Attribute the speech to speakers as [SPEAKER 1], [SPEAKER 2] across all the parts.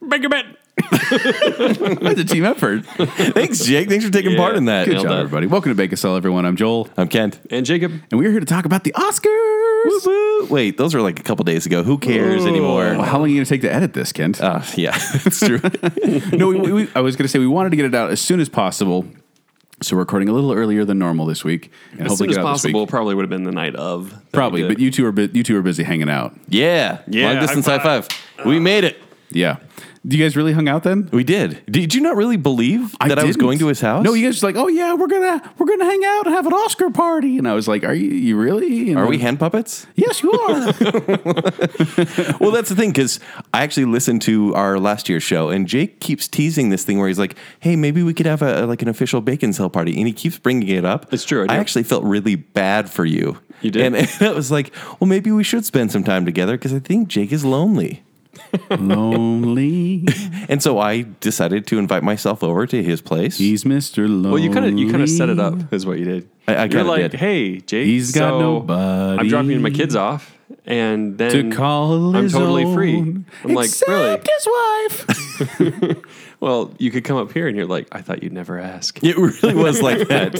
[SPEAKER 1] make your bed.
[SPEAKER 2] That's a team effort.
[SPEAKER 3] Thanks, Jake. Thanks for taking
[SPEAKER 1] Yeah.
[SPEAKER 3] part in that.
[SPEAKER 2] Good
[SPEAKER 1] Nailed
[SPEAKER 2] job,
[SPEAKER 1] that.
[SPEAKER 2] everybody. Welcome to Bake a Cell, everyone. I'm Joel,
[SPEAKER 3] I'm Kent.
[SPEAKER 1] And Jacob,
[SPEAKER 2] and we're here to talk about the Oscars.
[SPEAKER 3] Woo woo. Wait, those were like a couple days ago. Who cares
[SPEAKER 2] Well,
[SPEAKER 3] anymore?
[SPEAKER 2] How long are you going to take to edit this, Kent?
[SPEAKER 3] Uh, yeah, it's true.
[SPEAKER 2] no, we, we, we- I was going to say we wanted to get it out as soon as possible. So we're recording a little earlier than normal this week, and
[SPEAKER 1] as
[SPEAKER 2] hopefully
[SPEAKER 1] soon as
[SPEAKER 2] get out this
[SPEAKER 1] possible,
[SPEAKER 2] week.
[SPEAKER 1] probably would have been the night of. that we
[SPEAKER 2] Probably,
[SPEAKER 1] did.
[SPEAKER 2] but you two are bu- you two are busy hanging out.
[SPEAKER 3] yeah,
[SPEAKER 1] Yeah,
[SPEAKER 3] long distance
[SPEAKER 1] high
[SPEAKER 3] high
[SPEAKER 1] five.
[SPEAKER 3] five. we made it.
[SPEAKER 2] Yeah. Do you guys really hung out then?
[SPEAKER 3] We did. Did you not really believe that I, was
[SPEAKER 2] didn't.
[SPEAKER 3] going to his house?
[SPEAKER 2] No, you guys were like, oh yeah, we're gonna we're gonna hang out and have an Oscar party, and I was like, are you you really? And
[SPEAKER 3] Are
[SPEAKER 2] then-
[SPEAKER 3] we hand puppets?
[SPEAKER 2] Yes, you are.
[SPEAKER 3] well, that's the thing because I actually listened to our last year's show, and Jake keeps teasing this thing where he's like, "Hey, maybe we could have a like an official bacon cell party," and he keeps bringing it up.
[SPEAKER 1] It's true, I do.
[SPEAKER 3] I, actually felt really bad for you.
[SPEAKER 1] You did?
[SPEAKER 3] and, and it was like, well, maybe we should spend some time together because I think Jake is lonely.
[SPEAKER 2] Lonely.
[SPEAKER 3] And so I decided to invite myself over to his place.
[SPEAKER 2] He's Mr. Lonely.
[SPEAKER 1] Well, you kind of you kind of set it up, is what you did.
[SPEAKER 3] I- I
[SPEAKER 1] You're
[SPEAKER 3] kinda
[SPEAKER 1] like,
[SPEAKER 3] did.
[SPEAKER 1] hey, Jake,
[SPEAKER 2] He's got
[SPEAKER 1] so
[SPEAKER 2] nobody
[SPEAKER 1] I'm dropping my kids off, and then
[SPEAKER 2] to call
[SPEAKER 1] I'm
[SPEAKER 2] his
[SPEAKER 1] totally free.
[SPEAKER 2] own,
[SPEAKER 1] I'm like,
[SPEAKER 2] except
[SPEAKER 1] really?
[SPEAKER 2] his wife.
[SPEAKER 1] Well, you could come up here, and you're like, I thought you'd never ask.
[SPEAKER 3] It really was like that.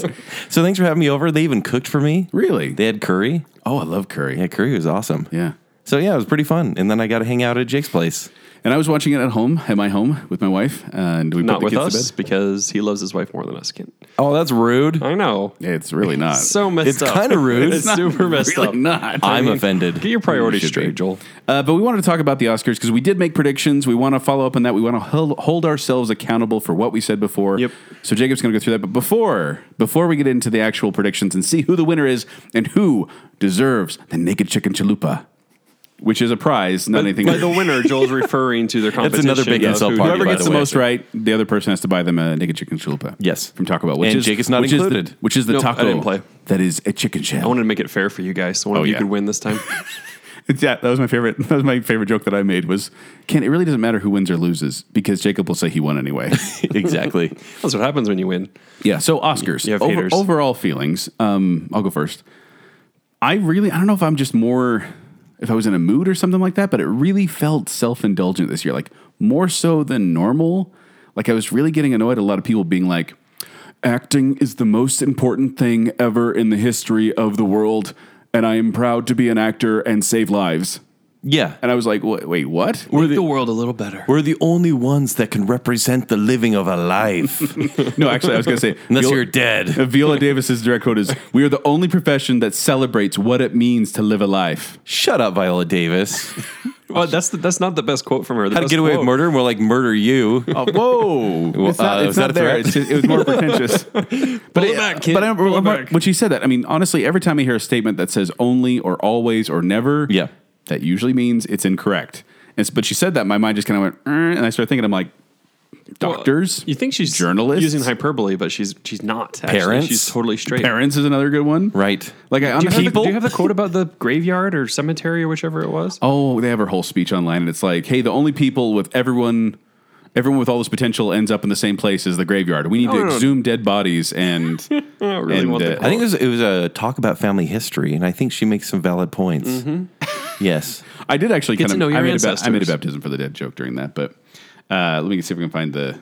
[SPEAKER 3] So thanks for having me over. They even cooked for me.
[SPEAKER 2] really?
[SPEAKER 3] They had curry.
[SPEAKER 2] oh, I love curry.
[SPEAKER 3] Yeah, curry was awesome.
[SPEAKER 2] Yeah.
[SPEAKER 3] So yeah, it was pretty fun. And then I got to hang out at Jake's place.
[SPEAKER 2] And I was watching it at home, at my home, with my wife, and we
[SPEAKER 1] Not
[SPEAKER 2] put
[SPEAKER 1] with
[SPEAKER 2] the kids
[SPEAKER 1] us
[SPEAKER 2] to bed.
[SPEAKER 1] because he loves his wife more than us. Kent.
[SPEAKER 3] Oh, that's rude.
[SPEAKER 1] I know.
[SPEAKER 2] Yeah, it's really not.
[SPEAKER 1] So messed
[SPEAKER 3] It's
[SPEAKER 1] up.
[SPEAKER 3] kinda rude.
[SPEAKER 1] it's
[SPEAKER 3] It's not
[SPEAKER 1] super messed
[SPEAKER 2] really
[SPEAKER 1] up.
[SPEAKER 2] not.
[SPEAKER 3] I'm
[SPEAKER 2] I mean,
[SPEAKER 3] offended.
[SPEAKER 1] Get your priorities
[SPEAKER 2] should be.
[SPEAKER 1] straight, Joel.
[SPEAKER 2] Uh, but we wanted to talk about the Oscars because we did make predictions. We want to follow up on that. We want to hold, hold ourselves accountable for what we said before.
[SPEAKER 1] Yep.
[SPEAKER 2] So Jacob's going to go through that. But before before we get into the actual predictions and see who the winner is and who deserves the Naked Chicken Chalupa, which is a prize, not anything.
[SPEAKER 1] By the winner, Joel's referring to their
[SPEAKER 3] That's
[SPEAKER 1] competition.
[SPEAKER 3] another big
[SPEAKER 1] of
[SPEAKER 3] insult
[SPEAKER 1] who-
[SPEAKER 3] party,
[SPEAKER 2] Whoever
[SPEAKER 3] by
[SPEAKER 2] gets the,
[SPEAKER 3] the way.
[SPEAKER 2] most right, the other person has to buy them a Naked Chicken Chalupa.
[SPEAKER 3] Yes.
[SPEAKER 2] From Taco Bell, which
[SPEAKER 3] And
[SPEAKER 2] is
[SPEAKER 3] Jake is not
[SPEAKER 2] which Is
[SPEAKER 3] included.
[SPEAKER 2] the, which is the
[SPEAKER 1] Nope, I
[SPEAKER 2] taco
[SPEAKER 1] didn't play.
[SPEAKER 2] that is a chicken
[SPEAKER 1] I
[SPEAKER 2] shell.
[SPEAKER 1] wanted to make it fair for you guys. So one
[SPEAKER 2] Oh,
[SPEAKER 1] of you
[SPEAKER 2] yeah.
[SPEAKER 1] could win this time.
[SPEAKER 2] Yeah, that was my favorite. That was my favorite joke that I made. Was Ken? It really doesn't matter who wins or loses because Jacob will say he won anyway.
[SPEAKER 3] exactly.
[SPEAKER 1] That's what happens when you win.
[SPEAKER 2] yeah. So Oscars.
[SPEAKER 1] You have
[SPEAKER 2] Over-
[SPEAKER 1] haters.
[SPEAKER 2] overall feelings. Um, I'll go first. I really. I don't know if I'm just more. If I was in a mood or something like that, but it really felt self indulgent this year, like more so than normal. Like I was really getting annoyed at a lot of people being like, acting is the most important thing ever in the history of the world. And I am proud to be an actor and save lives.
[SPEAKER 3] Yeah.
[SPEAKER 2] And I was like, wait, wait what?
[SPEAKER 1] Make the world a little better.
[SPEAKER 3] We're the only ones that can represent the living of a life.
[SPEAKER 2] No, actually, I was going to say,
[SPEAKER 3] Unless
[SPEAKER 2] Viola-
[SPEAKER 3] you're dead.
[SPEAKER 2] uh, Viola Davis's direct quote is, "We are the only profession that celebrates what it means to live a life."
[SPEAKER 3] Shut up, Viola Davis.
[SPEAKER 1] Well, that's the, that's not the best quote from her. The
[SPEAKER 3] How to
[SPEAKER 1] best
[SPEAKER 3] get away
[SPEAKER 1] quote-
[SPEAKER 3] with murder? And we're like, murder you.
[SPEAKER 2] Oh, whoa! it's not,
[SPEAKER 3] uh,
[SPEAKER 2] it's
[SPEAKER 3] was
[SPEAKER 2] not
[SPEAKER 3] that a
[SPEAKER 2] there.
[SPEAKER 3] threat?
[SPEAKER 2] It's just, it was more pretentious. but
[SPEAKER 1] it back, kid.
[SPEAKER 2] But I,
[SPEAKER 1] Pull it
[SPEAKER 2] remember
[SPEAKER 1] back.
[SPEAKER 2] when she said that, I mean, honestly, every time I hear a statement that says "only" or "always" or "never,"
[SPEAKER 3] Yeah.
[SPEAKER 2] that usually means it's incorrect. And, s- but she said that, my mind just kind of went, "Er," and I started thinking, I'm like,
[SPEAKER 1] Well,
[SPEAKER 2] doctors.
[SPEAKER 1] you think she's
[SPEAKER 2] journalists?
[SPEAKER 1] using hyperbole, but she's she's not. actually.
[SPEAKER 3] Parents?
[SPEAKER 1] She's totally straight.
[SPEAKER 2] parents is another good one,
[SPEAKER 3] Right.
[SPEAKER 2] Like
[SPEAKER 1] Do
[SPEAKER 2] I
[SPEAKER 1] you, have
[SPEAKER 2] honestly,
[SPEAKER 1] the, do you have the quote about the graveyard or cemetery or whichever it was?
[SPEAKER 2] Oh, they have her whole speech online, and it's like, hey, the only people with everyone, everyone with all this potential ends up in the same place as the graveyard. We need
[SPEAKER 1] No,
[SPEAKER 2] to
[SPEAKER 1] no, no.
[SPEAKER 2] exhume dead bodies, and
[SPEAKER 1] I don't really
[SPEAKER 2] and,
[SPEAKER 1] want
[SPEAKER 2] uh,
[SPEAKER 1] the
[SPEAKER 3] I think it was, it was a talk about family history, and I think she makes some valid points. Mm-hmm. Yes.
[SPEAKER 2] I did actually
[SPEAKER 1] Get
[SPEAKER 2] kind
[SPEAKER 1] to
[SPEAKER 2] of
[SPEAKER 1] know your
[SPEAKER 2] I made, a ba- I made a
[SPEAKER 1] ancestors.
[SPEAKER 2] baptism for the dead joke during that, but uh, let me see if we can find the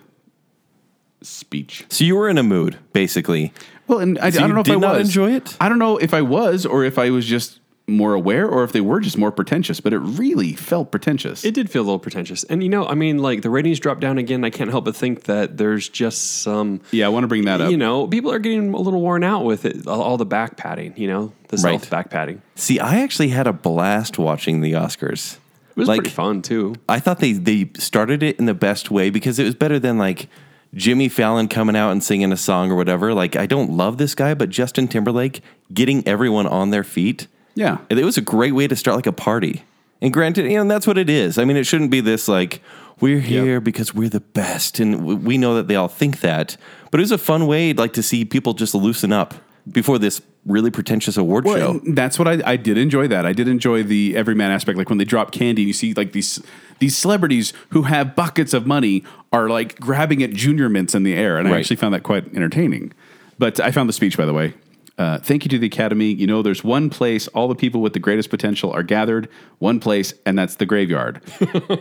[SPEAKER 2] speech.
[SPEAKER 3] So you were in a mood, basically.
[SPEAKER 2] Well, and I, I
[SPEAKER 3] you
[SPEAKER 2] don't know if
[SPEAKER 3] did
[SPEAKER 2] I
[SPEAKER 3] not
[SPEAKER 2] was
[SPEAKER 3] enjoy it?
[SPEAKER 2] I don't know if I was, or if I was just more aware, or if they were just more pretentious. But it really felt pretentious.
[SPEAKER 1] It did feel a little pretentious. And you know, I mean, like the ratings dropped down again. I can't help but think that there's just some,
[SPEAKER 2] yeah, I want to bring that up.
[SPEAKER 1] you know, people are getting a little worn out with it, all- all the back padding, you know, the
[SPEAKER 3] Right.
[SPEAKER 1] self back padding.
[SPEAKER 3] See, I actually had a blast watching the Oscars.
[SPEAKER 1] It was
[SPEAKER 3] like,
[SPEAKER 1] pretty fun too.
[SPEAKER 3] I thought they they started it in the best way because it was better than like Jimmy Fallon coming out and singing a song or whatever. Like I don't love this guy, but Justin Timberlake getting everyone on their feet.
[SPEAKER 2] yeah,
[SPEAKER 3] It was a great way to start like a party. And granted, you know, that's what it is. I mean, it shouldn't be this like we're here because we're the best and w- we know that they all think that. But it was a fun way like to see people just loosen up before this really pretentious award show.
[SPEAKER 2] and That's what I, I did enjoy. That I did enjoy the everyman aspect. Like when they drop candy, you see like these these celebrities who have buckets of money are like grabbing at junior mints in the air, and I
[SPEAKER 3] Right.
[SPEAKER 2] actually found that quite entertaining. But I found the speech, by the way, Uh, thank you to the Academy. You know, there's one place all the people with the greatest potential are gathered, one place, and that's the graveyard.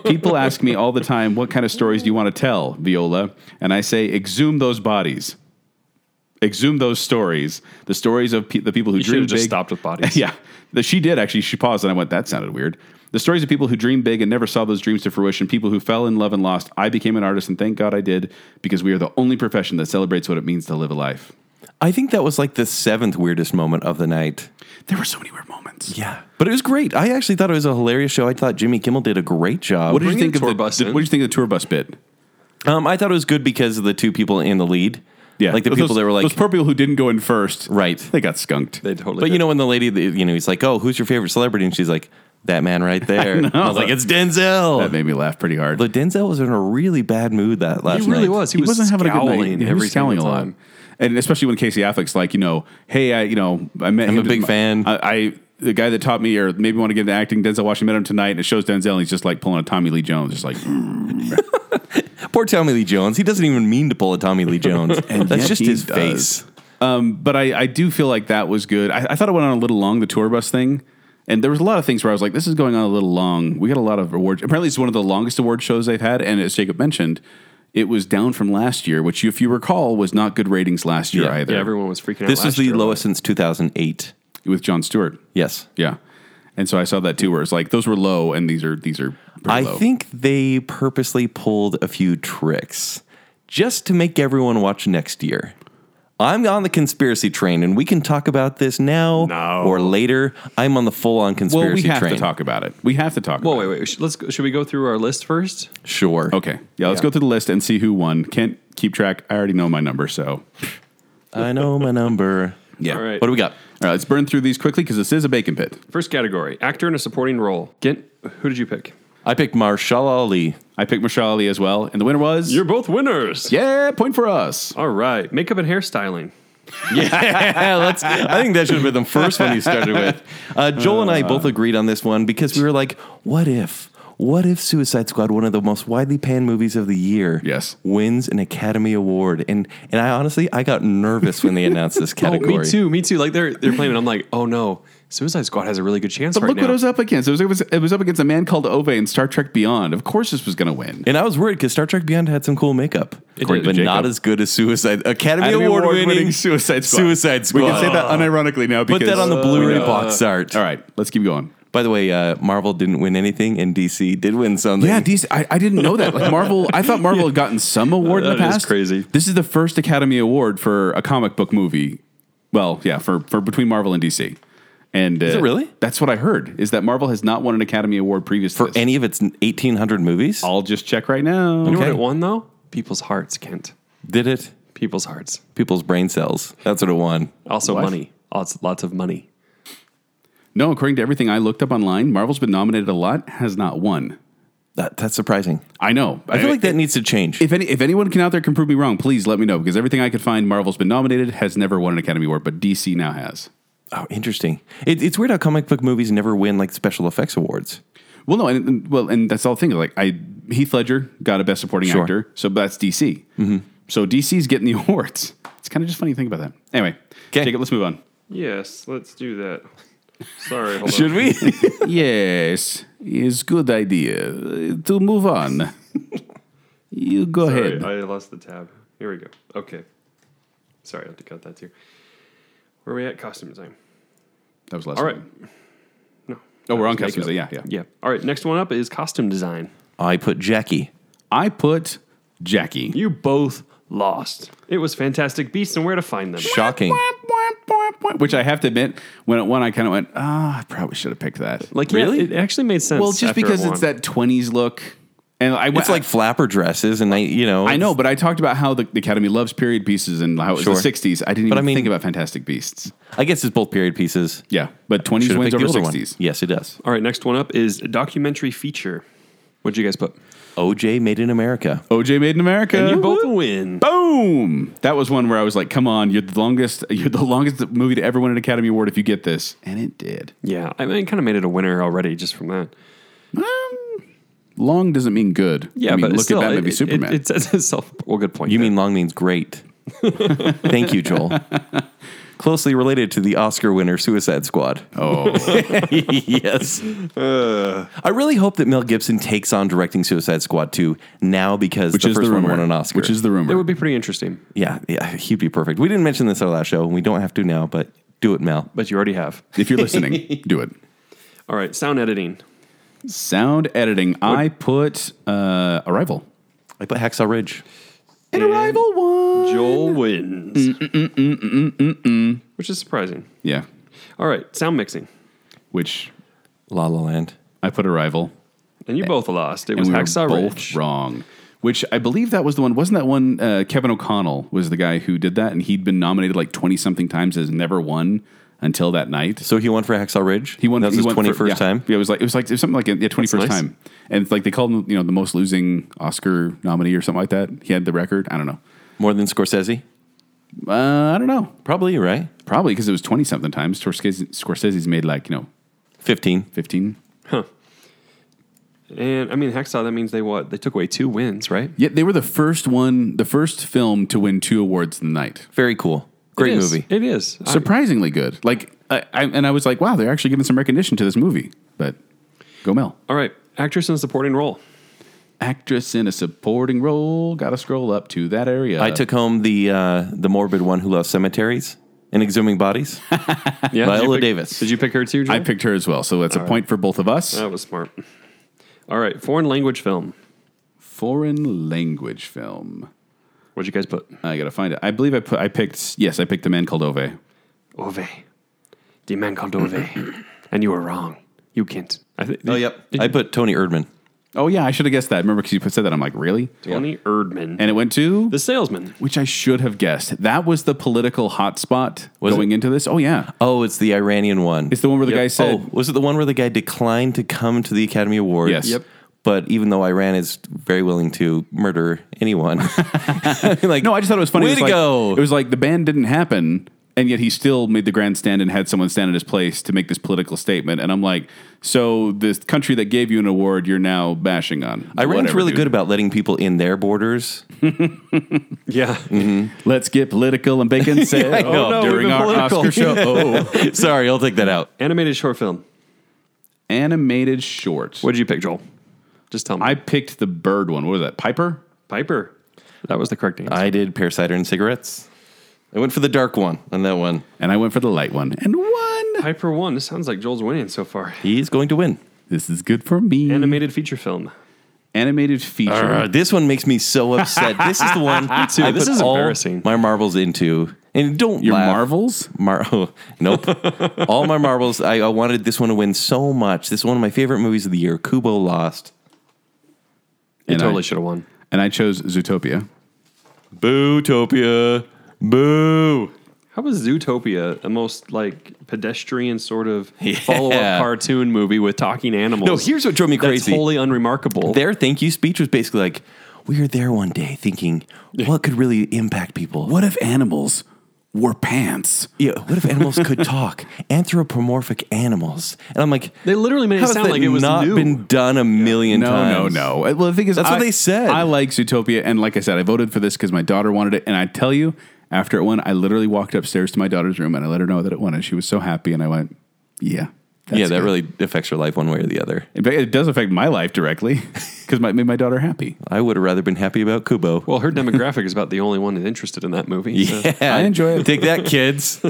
[SPEAKER 2] people ask me all the time, what kind of stories do you want to tell, Viola? And I say, exhume those bodies. Exhume those stories, the stories of pe- the people who
[SPEAKER 1] You should
[SPEAKER 2] dream
[SPEAKER 1] have just
[SPEAKER 2] big.
[SPEAKER 1] stopped with bodies.
[SPEAKER 2] Yeah, The- she did actually. She paused, and I went, "That sounded weird." The stories of people who dream big and never saw those dreams to fruition, people who fell in love and lost. I became an artist, and thank God I did, because we are the only profession that celebrates what it means to live a life.
[SPEAKER 3] I think that was like the seventh weirdest moment of the night.
[SPEAKER 2] There were so many weird moments.
[SPEAKER 3] Yeah. But it was great. I actually thought it was a hilarious show. I thought Jimmy Kimmel did a great job.
[SPEAKER 2] What did
[SPEAKER 1] Bring
[SPEAKER 2] you think
[SPEAKER 1] the
[SPEAKER 2] of
[SPEAKER 1] tour
[SPEAKER 2] the
[SPEAKER 1] bus
[SPEAKER 2] did-
[SPEAKER 1] in.
[SPEAKER 2] What did you think of the tour bus bit?
[SPEAKER 3] um, I thought it was good because of the two people in the lead. Like the
[SPEAKER 2] Those-
[SPEAKER 3] people that were like,
[SPEAKER 2] those poor people who didn't go in first.
[SPEAKER 3] Right.
[SPEAKER 2] They got skunked.
[SPEAKER 1] They totally.
[SPEAKER 3] but
[SPEAKER 1] did.
[SPEAKER 3] you know, when the lady, you know, he's like, oh, who's your favorite celebrity? And she's like, that man right there. And I, was like, it's Denzel.
[SPEAKER 2] that made me laugh pretty hard.
[SPEAKER 3] But Denzel was in a really bad mood that last
[SPEAKER 1] he really
[SPEAKER 3] night.
[SPEAKER 1] was. He,
[SPEAKER 2] he,
[SPEAKER 1] was
[SPEAKER 2] wasn't having a good
[SPEAKER 1] scowling
[SPEAKER 2] night. Yeah, he
[SPEAKER 1] every
[SPEAKER 2] was scowling a
[SPEAKER 1] single
[SPEAKER 2] lot,
[SPEAKER 1] time.
[SPEAKER 2] and especially when Casey Affleck's like, you know, hey, I, you know, I met. I'm
[SPEAKER 3] a big fan.
[SPEAKER 2] I, I the guy that taught me, or maybe want to get into acting, Denzel Washington met him tonight, and it shows Denzel, and he's just like pulling a Tommy Lee Jones, just like,
[SPEAKER 3] Poor Tommy Lee Jones. He doesn't even mean to pull a Tommy Lee Jones. and
[SPEAKER 2] yet
[SPEAKER 3] That's just
[SPEAKER 2] he
[SPEAKER 3] his
[SPEAKER 2] does.
[SPEAKER 3] face.
[SPEAKER 2] um, but I, I do feel like that was good. I, I thought it went on a little long, the tour bus thing. And there was a lot of things where I was like, this is going on a little long. We got a lot of awards. Apparently, it's one of the longest award shows they've had. And as Jacob mentioned, it was down from last year, which, if you recall, was not good ratings last year
[SPEAKER 3] Yeah.
[SPEAKER 2] either
[SPEAKER 1] Yeah, everyone was freaking out.
[SPEAKER 3] This is
[SPEAKER 1] last
[SPEAKER 3] the
[SPEAKER 1] year.
[SPEAKER 3] lowest since 2008.
[SPEAKER 2] with John Stewart.
[SPEAKER 3] Yes.
[SPEAKER 2] Yeah. And so I saw that too, where it's like those were low, and these are these are. pretty
[SPEAKER 3] I
[SPEAKER 2] low.
[SPEAKER 3] think they purposely pulled a few tricks just to make everyone watch next year. I'm on the conspiracy train, and we can talk about this now
[SPEAKER 1] No.
[SPEAKER 3] or later. I'm on the full on conspiracy
[SPEAKER 2] Well, we have
[SPEAKER 3] train.
[SPEAKER 2] to talk about it. We have to talk.
[SPEAKER 1] Well,
[SPEAKER 2] about
[SPEAKER 1] wait, wait. Sh- Let's. Go, should we go through our list first?
[SPEAKER 3] Sure.
[SPEAKER 2] it. Okay. Yeah. Let's
[SPEAKER 1] Yeah.
[SPEAKER 2] go through the list and see who won. Can't keep track. I already know my number, so
[SPEAKER 3] I know my number.
[SPEAKER 2] yeah.
[SPEAKER 1] All
[SPEAKER 2] All
[SPEAKER 1] right.
[SPEAKER 2] right.
[SPEAKER 3] What do we got?
[SPEAKER 2] Let's burn through these quickly because this is a bacon pit.
[SPEAKER 1] First category: actor in a supporting role. Gint, who did you pick?
[SPEAKER 3] I picked Marshall Ali.
[SPEAKER 2] I picked Michelle Ali as well, and the winner was.
[SPEAKER 1] You're both winners.
[SPEAKER 2] yeah, point for us.
[SPEAKER 1] All right. Makeup and hairstyling.
[SPEAKER 3] Yeah, let's. I think that should have been the first one you started with. Uh, Joel and I both agreed on this one because we were like, "What if? What if Suicide Squad, one of the most widely panned movies of the year,
[SPEAKER 2] Yes.
[SPEAKER 3] wins an Academy Award?" And and I honestly, I got nervous when they announced this category.
[SPEAKER 1] Oh, me too. Me too. Like they're they're playing, and I'm like, oh no, Suicide Squad has a really good chance right
[SPEAKER 2] Look
[SPEAKER 1] now.
[SPEAKER 2] what it was up against. It was, it was it was up against a man called Ove in Star Trek Beyond. Of course, this was going to win.
[SPEAKER 3] And I was worried because Star Trek Beyond had some cool makeup,
[SPEAKER 2] According to
[SPEAKER 3] but
[SPEAKER 2] Jacob.
[SPEAKER 3] not as good as Suicide Academy,
[SPEAKER 2] Academy
[SPEAKER 3] Award winning
[SPEAKER 2] Award-winning Suicide Squad.
[SPEAKER 3] Suicide Squad.
[SPEAKER 2] We can say that unironically now. Because
[SPEAKER 3] Put that on the Blu-ray
[SPEAKER 2] we know.
[SPEAKER 3] box art.
[SPEAKER 2] All right, let's keep going.
[SPEAKER 3] By the way, uh, Marvel didn't win anything, and DC did win something.
[SPEAKER 2] Yeah, DC, I, I didn't know that. Like Marvel, I thought Marvel had gotten some award in the
[SPEAKER 1] That is
[SPEAKER 2] past.
[SPEAKER 1] crazy.
[SPEAKER 2] This is the first Academy Award for a comic book movie. Well, yeah, for for between Marvel and DC. And uh,
[SPEAKER 3] it really?
[SPEAKER 2] That's what I heard. Is that Marvel has not won an Academy Award previously?
[SPEAKER 3] for any of its 1,800 movies.
[SPEAKER 2] I'll just check right now.
[SPEAKER 1] You know
[SPEAKER 3] Okay.
[SPEAKER 1] what it won though? People's hearts, Kent.
[SPEAKER 3] Did it?
[SPEAKER 1] People's hearts.
[SPEAKER 3] People's brain cells. That's what it won.
[SPEAKER 1] Also money. Lots lots of money.
[SPEAKER 2] No, according to everything I looked up online, Marvel's been nominated a lot, has not won.
[SPEAKER 3] That, that's surprising.
[SPEAKER 2] I know.
[SPEAKER 3] I feel like that needs to change.
[SPEAKER 2] If any, if anyone can out there can prove me wrong, please let me know because everything I could find, Marvel's been nominated, has never won an Academy Award, but DC now has.
[SPEAKER 3] oh, interesting. It, it's weird how comic book movies never win like special effects awards.
[SPEAKER 2] Well, no, and, and well, and that's all the thing. Like, I Heath Ledger got a Best Supporting
[SPEAKER 3] Sure.
[SPEAKER 2] Actor, so that's DC.
[SPEAKER 1] Mm-hmm.
[SPEAKER 2] So DC's getting the awards. It's kind of just funny to think about that. Anyway,
[SPEAKER 3] 'Kay.
[SPEAKER 2] Jacob, let's move on.
[SPEAKER 1] Yes, let's do that. Sorry, hold
[SPEAKER 3] Should we?
[SPEAKER 2] yes, it's good idea uh, to move on. you go ahead.
[SPEAKER 1] I lost the tab. Here we go. Okay. Sorry, I have to cut that too. Where are we at? Costume design.
[SPEAKER 2] that was last.
[SPEAKER 1] All right.
[SPEAKER 2] one.
[SPEAKER 1] No.
[SPEAKER 2] Oh, we're on
[SPEAKER 1] Just
[SPEAKER 2] customs.
[SPEAKER 1] make it
[SPEAKER 2] Yeah,
[SPEAKER 1] up.
[SPEAKER 2] yeah,
[SPEAKER 1] Yeah. All right. Next one up is costume design.
[SPEAKER 3] I put Jackie.
[SPEAKER 2] I put Jackie.
[SPEAKER 1] You both lost. It was Fantastic Beasts and Where to Find Them.
[SPEAKER 3] Shocking.
[SPEAKER 2] Which I have to admit, when it won, I kind of went, ah, I probably should have picked that.
[SPEAKER 1] Like, yeah,
[SPEAKER 3] Really?
[SPEAKER 1] it actually made sense.
[SPEAKER 2] well, just
[SPEAKER 1] after it
[SPEAKER 2] because
[SPEAKER 1] won.
[SPEAKER 2] it's that 20s look. And I went,
[SPEAKER 3] It's like flapper dresses, and I, you know,
[SPEAKER 2] I know, but I talked about how the, the Academy loves period pieces and how it was
[SPEAKER 3] Sure.
[SPEAKER 2] the 60s. I didn't even
[SPEAKER 3] I mean-
[SPEAKER 2] think about Fantastic Beasts.
[SPEAKER 3] I guess it's both period pieces.
[SPEAKER 2] Yeah, but 20s
[SPEAKER 3] Should've
[SPEAKER 2] wins
[SPEAKER 3] picked
[SPEAKER 2] over
[SPEAKER 3] the older
[SPEAKER 2] 60s.
[SPEAKER 3] One. Yes, it does.
[SPEAKER 1] All right. Next one up is documentary feature. What'd you guys put?
[SPEAKER 3] OJ Made in America.
[SPEAKER 2] OJ Made in America.
[SPEAKER 1] You both win.
[SPEAKER 2] Boom! That was one where I was like, "Come on, you're the longest, you're the longest movie to ever win an Academy Award if you get this," and it did.
[SPEAKER 1] Yeah, I mean, it kind of made it a winner already just from that.
[SPEAKER 2] Um, long doesn't mean good.
[SPEAKER 1] Yeah,
[SPEAKER 2] I mean,
[SPEAKER 1] but
[SPEAKER 2] look
[SPEAKER 1] still,
[SPEAKER 2] at that movie,
[SPEAKER 1] it,
[SPEAKER 2] Superman.
[SPEAKER 1] It, it says itself. Well, good point.
[SPEAKER 3] You
[SPEAKER 1] there.
[SPEAKER 3] mean long means great? Thank you, Joel. Closely related to the Oscar winner Suicide Squad.
[SPEAKER 2] Oh,
[SPEAKER 3] yes.
[SPEAKER 2] Uh.
[SPEAKER 3] I really hope that Mel Gibson takes on directing Suicide Squad 2 now because
[SPEAKER 2] which
[SPEAKER 3] the
[SPEAKER 2] is
[SPEAKER 3] first
[SPEAKER 2] the rumor.
[SPEAKER 3] one won an Oscar.
[SPEAKER 2] Which is the rumor.
[SPEAKER 1] That would be pretty interesting,
[SPEAKER 3] yeah, yeah, he'd be perfect. We didn't mention this on our last show, and we don't have to now, but do it, Mel.
[SPEAKER 1] but you already have.
[SPEAKER 2] if you're listening, do it.
[SPEAKER 1] All right, sound editing.
[SPEAKER 2] Sound editing. I put uh, Arrival.
[SPEAKER 3] I put Hacksaw Ridge.
[SPEAKER 2] An Arrival one. Mm,
[SPEAKER 1] Joel wins, which is surprising.
[SPEAKER 2] Yeah,
[SPEAKER 1] All right, sound mixing,
[SPEAKER 2] which
[SPEAKER 3] La La Land.
[SPEAKER 2] I put Arrival.
[SPEAKER 1] and you both lost. It
[SPEAKER 2] and
[SPEAKER 1] was
[SPEAKER 2] we were
[SPEAKER 1] Hacksaw
[SPEAKER 2] both
[SPEAKER 1] Ridge.
[SPEAKER 2] wrong. Which I believe that was the one. Wasn't that one? Uh, Kevin O'Connell was the guy who did that, and he'd been nominated like twenty something times, has never won until that night.
[SPEAKER 3] So he won for Hacksaw Ridge?
[SPEAKER 2] He won.
[SPEAKER 3] That was
[SPEAKER 2] he
[SPEAKER 3] his
[SPEAKER 2] won for-
[SPEAKER 3] 21st
[SPEAKER 2] yeah.
[SPEAKER 3] time.
[SPEAKER 2] Yeah, it was like it was like it was something like yeah, twenty
[SPEAKER 1] nice.
[SPEAKER 2] first time, and it's like they called him you know the most losing Oscar nominee or something like that. He had the record. I don't know.
[SPEAKER 3] More than Scorsese?
[SPEAKER 2] Uh, I don't know.
[SPEAKER 3] Probably, right?
[SPEAKER 2] Probably because it was twenty something times. Scorsese, Scorsese's made like you know
[SPEAKER 3] 15.
[SPEAKER 2] fifteen.
[SPEAKER 1] And I mean Hacksaw. That means they what? They took away two wins, right?
[SPEAKER 2] Yet they were the first one, the first film to win two awards in the night.
[SPEAKER 3] Very cool. Great
[SPEAKER 1] It is.
[SPEAKER 3] movie.
[SPEAKER 1] It is. I-
[SPEAKER 2] surprisingly good. Like, I, I, and I was like, wow, they're actually giving some recognition to this movie. But go Mel.
[SPEAKER 1] all right, actress in supporting role.
[SPEAKER 2] Actress in a supporting role. Got to scroll up to that area.
[SPEAKER 3] I took home the uh, the morbid one who loves cemeteries and exhuming bodies.
[SPEAKER 1] Yeah,
[SPEAKER 3] Viola
[SPEAKER 1] did you pick-
[SPEAKER 3] Davis.
[SPEAKER 1] Did you pick her too? Joel?
[SPEAKER 2] I picked her as well, so that's a point for both of us.
[SPEAKER 1] That was smart. All right, foreign language film.
[SPEAKER 2] Foreign language film.
[SPEAKER 1] What'd you guys put?
[SPEAKER 2] I gotta find it. I believe I put. I picked. Yes, I picked the man called Ove.
[SPEAKER 1] Ove. The man called Ove. and you were wrong. You can't. I think.
[SPEAKER 3] oh, yep. I put Tony Erdman.
[SPEAKER 2] Oh yeah, I should have guessed that. Remember because you said that. I'm like, really?
[SPEAKER 1] Tony Erdman.
[SPEAKER 2] And it went to
[SPEAKER 1] the salesman.
[SPEAKER 2] which I should have guessed. That was the political hotspot
[SPEAKER 3] Was
[SPEAKER 2] going into this. Oh yeah,
[SPEAKER 3] Oh, it's the Iranian one.
[SPEAKER 2] it's the one where the guy said,
[SPEAKER 3] oh, was it the one where the guy declined to come to the Academy Awards?
[SPEAKER 2] Yes. Yep.
[SPEAKER 3] But even though Iran is very willing to murder anyone, like
[SPEAKER 2] No, I just thought it was funny.
[SPEAKER 3] Way
[SPEAKER 2] it was
[SPEAKER 3] to
[SPEAKER 2] like,
[SPEAKER 3] go!
[SPEAKER 2] It was like the ban didn't happen, and yet he still made the grandstand and had someone stand in his place to make this political statement. And I'm like, so this country that gave you an award, you're now bashing on.
[SPEAKER 3] Iran's
[SPEAKER 2] Whatever,
[SPEAKER 3] really
[SPEAKER 2] dude.
[SPEAKER 3] good about letting people in their borders.
[SPEAKER 1] Yeah.
[SPEAKER 2] Let's get political and bacon said
[SPEAKER 3] I know,
[SPEAKER 2] oh,
[SPEAKER 3] we've
[SPEAKER 2] during
[SPEAKER 3] been
[SPEAKER 2] our
[SPEAKER 3] political.
[SPEAKER 2] Oscar show. Oh.
[SPEAKER 3] Sorry, I'll take that out.
[SPEAKER 1] Animated short film.
[SPEAKER 2] Animated short.
[SPEAKER 1] What did you pick, Joel? Just tell me.
[SPEAKER 2] I picked the bird one. What was that? Piper.
[SPEAKER 1] Piper. That was the correct answer.
[SPEAKER 3] I did pear cider and cigarettes. I went for the dark one on that one.
[SPEAKER 2] And I went for the light one and won.
[SPEAKER 1] Piper won. This sounds like Joel's winning so far.
[SPEAKER 3] He's going to win.
[SPEAKER 2] This is good for me.
[SPEAKER 1] Animated feature film.
[SPEAKER 2] Animated feature.
[SPEAKER 3] Uh, this one makes me so upset. This is the one. I
[SPEAKER 1] This
[SPEAKER 3] put
[SPEAKER 1] is
[SPEAKER 3] all
[SPEAKER 1] embarrassing.
[SPEAKER 3] My marbles into and don't
[SPEAKER 2] Your
[SPEAKER 3] laugh.
[SPEAKER 2] marvels.
[SPEAKER 3] Mar- oh, nope. all my marbles. I, I wanted this one to win so much. This is one of my favorite movies of the year. Kubo lost.
[SPEAKER 1] You
[SPEAKER 2] And I-
[SPEAKER 1] totally should have won.
[SPEAKER 2] And I chose Zootopia.
[SPEAKER 3] Boo, Topia. Boo.
[SPEAKER 1] How was Zootopia the most like pedestrian sort of follow up cartoon movie with talking animals?
[SPEAKER 3] No, here's what drove me
[SPEAKER 1] That's
[SPEAKER 3] crazy.
[SPEAKER 1] wholly unremarkable.
[SPEAKER 3] Their thank you speech was basically like, we were there one day thinking, what could really impact people?
[SPEAKER 2] What if animals wore pants?
[SPEAKER 3] Yeah, what if animals could talk? Anthropomorphic animals. And I'm like,
[SPEAKER 1] They literally made it
[SPEAKER 3] how has
[SPEAKER 1] sound
[SPEAKER 3] that
[SPEAKER 1] like it was
[SPEAKER 3] not
[SPEAKER 1] new?
[SPEAKER 3] been done a million
[SPEAKER 2] No,
[SPEAKER 3] times.
[SPEAKER 2] no, no. Uh, Well, the thing is,
[SPEAKER 3] That's what
[SPEAKER 2] I-
[SPEAKER 3] they said.
[SPEAKER 2] I like Zootopia, and like I said, I voted for this because my daughter wanted it. And I tell you, after it won, I literally walked upstairs to my daughter's room and I let her know that it won, and she was so happy. And I went, "Yeah, that's
[SPEAKER 3] yeah, that
[SPEAKER 2] good."
[SPEAKER 3] really affects your life one way or the other.
[SPEAKER 2] In fact, It does affect my life directly because it made my daughter happy.
[SPEAKER 3] I would have rather been happy about Kubo.
[SPEAKER 1] Well, her demographic is about the only one that's interested in that movie. so-
[SPEAKER 2] I enjoy it.
[SPEAKER 3] Take that, kids.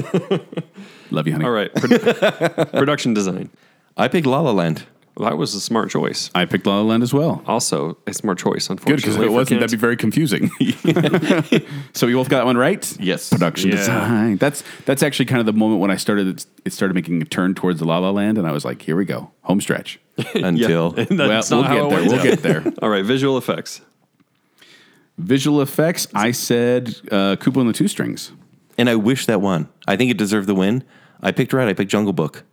[SPEAKER 2] Love you, honey.
[SPEAKER 1] All right. Pro- production design.
[SPEAKER 3] I picked La La Land.
[SPEAKER 1] Well, that was a smart choice.
[SPEAKER 2] I picked La La Land as well.
[SPEAKER 3] Oh,
[SPEAKER 1] Also, a smart choice,
[SPEAKER 2] Good
[SPEAKER 1] unfortunately.
[SPEAKER 2] because if it
[SPEAKER 1] for
[SPEAKER 2] wasn't,
[SPEAKER 1] Kent.
[SPEAKER 2] that'd be very confusing. so we both got that one right.
[SPEAKER 3] Yes.
[SPEAKER 2] production
[SPEAKER 1] Yeah.
[SPEAKER 2] design. That's that's actually kind of the moment when I started. It started making a turn towards La La Land, and I was like, "Here we go, home stretch."
[SPEAKER 3] Until
[SPEAKER 1] That's
[SPEAKER 2] well,
[SPEAKER 1] not how
[SPEAKER 2] we'll
[SPEAKER 1] it went
[SPEAKER 2] get there. We'll
[SPEAKER 1] down.
[SPEAKER 2] get there.
[SPEAKER 1] All right. Visual effects.
[SPEAKER 2] Visual effects. I said uh, Kubo and the Two Strings.
[SPEAKER 3] and I wish that won. I think it deserved the win. I picked right. I picked Jungle Book.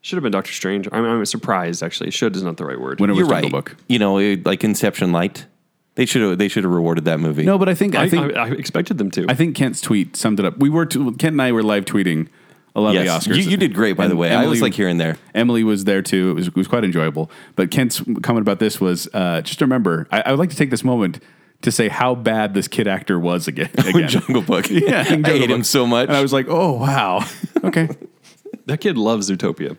[SPEAKER 1] Should have been Doctor Strange. I'm, I'm surprised, actually. Should is not the right word.
[SPEAKER 2] When it was
[SPEAKER 3] You're
[SPEAKER 2] Jungle
[SPEAKER 3] right.
[SPEAKER 2] Book.
[SPEAKER 3] You know, it- like Inception Light. They should have. They should have rewarded that movie.
[SPEAKER 2] No, but I think I,
[SPEAKER 1] I,
[SPEAKER 2] think
[SPEAKER 1] I, I expected them to.
[SPEAKER 2] I think Kent's tweet summed it up. We were t- Kent and I were live tweeting a lot
[SPEAKER 3] Yes.
[SPEAKER 2] of the Oscars.
[SPEAKER 3] You, you did great, by
[SPEAKER 2] And
[SPEAKER 3] the way. I
[SPEAKER 2] Emily-
[SPEAKER 3] was like here and there.
[SPEAKER 2] Emily was there too. It was, it was quite enjoyable. But Kent's comment about this was uh, just remember, I, I would like to take this moment to say how bad this kid actor was again. again.
[SPEAKER 3] Oh, Jungle Book.
[SPEAKER 2] Yeah, in
[SPEAKER 3] I
[SPEAKER 2] Jungle
[SPEAKER 3] hate him
[SPEAKER 2] Book.
[SPEAKER 3] so much.
[SPEAKER 2] And I was like, oh wow, okay.
[SPEAKER 1] That kid loves Zootopia.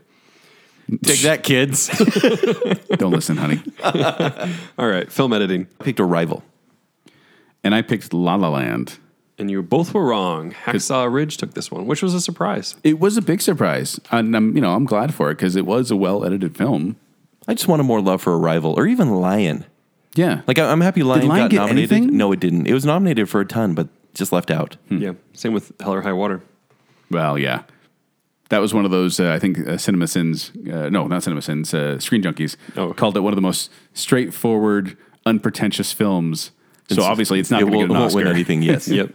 [SPEAKER 3] Take that, kids. I
[SPEAKER 2] Don't listen, honey.
[SPEAKER 1] All right, film editing.
[SPEAKER 3] picked a rival.
[SPEAKER 2] And I picked La La Land.
[SPEAKER 1] And you both were wrong. Hacksaw Ridge took this one, which was a surprise.
[SPEAKER 2] It was a big surprise, and I'm you know I'm glad for it because it was a well edited film.
[SPEAKER 3] I just wanted more love for a rival, or even Lion.
[SPEAKER 2] Yeah,
[SPEAKER 3] Like I- I'm happy Lion,
[SPEAKER 2] Lion
[SPEAKER 3] got
[SPEAKER 2] get
[SPEAKER 3] nominated.
[SPEAKER 2] anything?
[SPEAKER 3] No, it didn't. It was nominated for a ton, but just left out.
[SPEAKER 2] Hmm.
[SPEAKER 1] Yeah. Same with Hell or High Water.
[SPEAKER 2] well, yeah, that was one of those. Uh, I think uh, CinemaSins, uh, no, not CinemaSins, uh, Screen Junkies
[SPEAKER 1] Oh.
[SPEAKER 2] called it one of the most straightforward, unpretentious films. so obviously, it's not
[SPEAKER 3] it
[SPEAKER 2] going to
[SPEAKER 3] won't,
[SPEAKER 2] get an
[SPEAKER 3] won't
[SPEAKER 2] Oscar.
[SPEAKER 3] win anything. Yes.
[SPEAKER 2] Hmm.
[SPEAKER 1] Yep.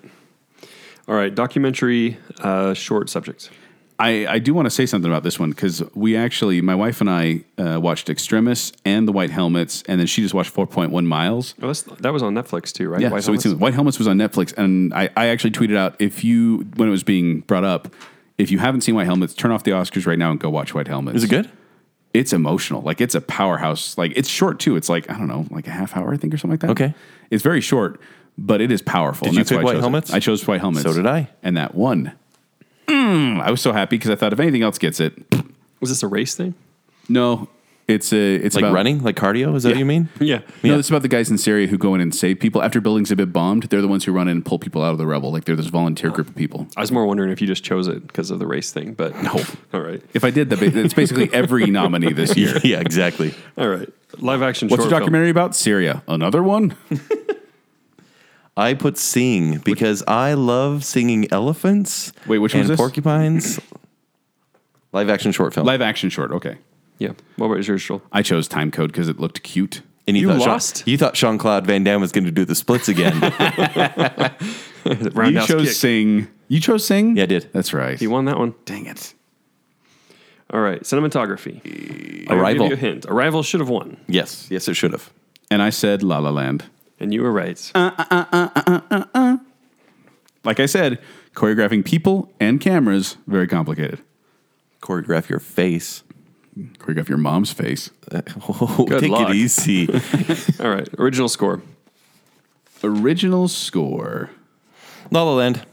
[SPEAKER 1] All right, documentary, uh, short subject.
[SPEAKER 2] I, I do want to say something about this one because we actually, my wife and I uh, watched Extremis and The White Helmets, and then she just watched 4.1 Miles.
[SPEAKER 1] Oh, that's, that was on Netflix too, right?
[SPEAKER 2] Yeah,
[SPEAKER 1] White
[SPEAKER 2] so we
[SPEAKER 1] Helmets?
[SPEAKER 2] seen- White Helmets was on Netflix, and I, I actually tweeted out if you, when it was being brought up, if you haven't seen White Helmets, turn off the Oscars right now and go watch White Helmets.
[SPEAKER 3] Is it good?
[SPEAKER 2] It's emotional. Like, it's a powerhouse. Like, it's short too. It's like, I don't know, like a half hour, I think, or something like that.
[SPEAKER 3] Okay.
[SPEAKER 2] It's very short, but it is powerful. and
[SPEAKER 3] you
[SPEAKER 2] that's why
[SPEAKER 3] pick
[SPEAKER 2] I
[SPEAKER 3] White
[SPEAKER 2] chose it.
[SPEAKER 3] Helmets?
[SPEAKER 2] I chose White Helmets.
[SPEAKER 3] So did I.
[SPEAKER 2] And that won. Mm, I was so happy because I thought if anything else gets it,
[SPEAKER 1] Was this a race thing?
[SPEAKER 2] no, it's a it's
[SPEAKER 3] Like
[SPEAKER 2] about,
[SPEAKER 3] running, like cardio? Is that what you mean?
[SPEAKER 1] Yeah.
[SPEAKER 2] No, it's about the guys in Syria who go in and save people after buildings have been bombed. They're the ones who run in and pull people out of the rubble. Like they're this volunteer group of people.
[SPEAKER 1] I was more wondering if you just chose it because of the race thing, but no. All right.
[SPEAKER 2] If I did, that ba- it's basically every nominee this year.
[SPEAKER 3] yeah, exactly.
[SPEAKER 1] All right. Live action
[SPEAKER 2] What's
[SPEAKER 1] short
[SPEAKER 2] the documentary about? Syria. Another one.
[SPEAKER 3] I put sing because I love singing elephants.
[SPEAKER 2] Wait, which
[SPEAKER 3] and
[SPEAKER 2] one's this?
[SPEAKER 3] porcupines? Live action short film.
[SPEAKER 2] Live action short. Okay,
[SPEAKER 1] Film. Yeah. What about yours, Joel?
[SPEAKER 2] I chose Time Code because it looked cute.
[SPEAKER 3] and
[SPEAKER 1] you
[SPEAKER 3] thought Sean-
[SPEAKER 1] lost?
[SPEAKER 3] you thought Sean Claude Van Damme was going to do the splits again.
[SPEAKER 2] you
[SPEAKER 1] Roundhouse
[SPEAKER 2] chose
[SPEAKER 1] kick.
[SPEAKER 2] Sing. You chose Sing.
[SPEAKER 3] Yeah, I did.
[SPEAKER 2] That's right.
[SPEAKER 1] You won that one.
[SPEAKER 2] Dang it.
[SPEAKER 1] All right. Cinematography. I'll
[SPEAKER 3] Arrival.
[SPEAKER 1] Give you a hint. Arrival should have won,
[SPEAKER 3] yes, yes, it should have.
[SPEAKER 2] And I said La La Land.
[SPEAKER 1] and you were right.
[SPEAKER 2] Like I said, choreographing people and cameras very complicated.
[SPEAKER 3] Choreograph your face.
[SPEAKER 2] Choreograph your mom's face.
[SPEAKER 3] Oh,
[SPEAKER 1] Good
[SPEAKER 3] take
[SPEAKER 1] luck.
[SPEAKER 3] it easy.
[SPEAKER 1] All right. Original score.
[SPEAKER 2] Original score.
[SPEAKER 3] La La Land.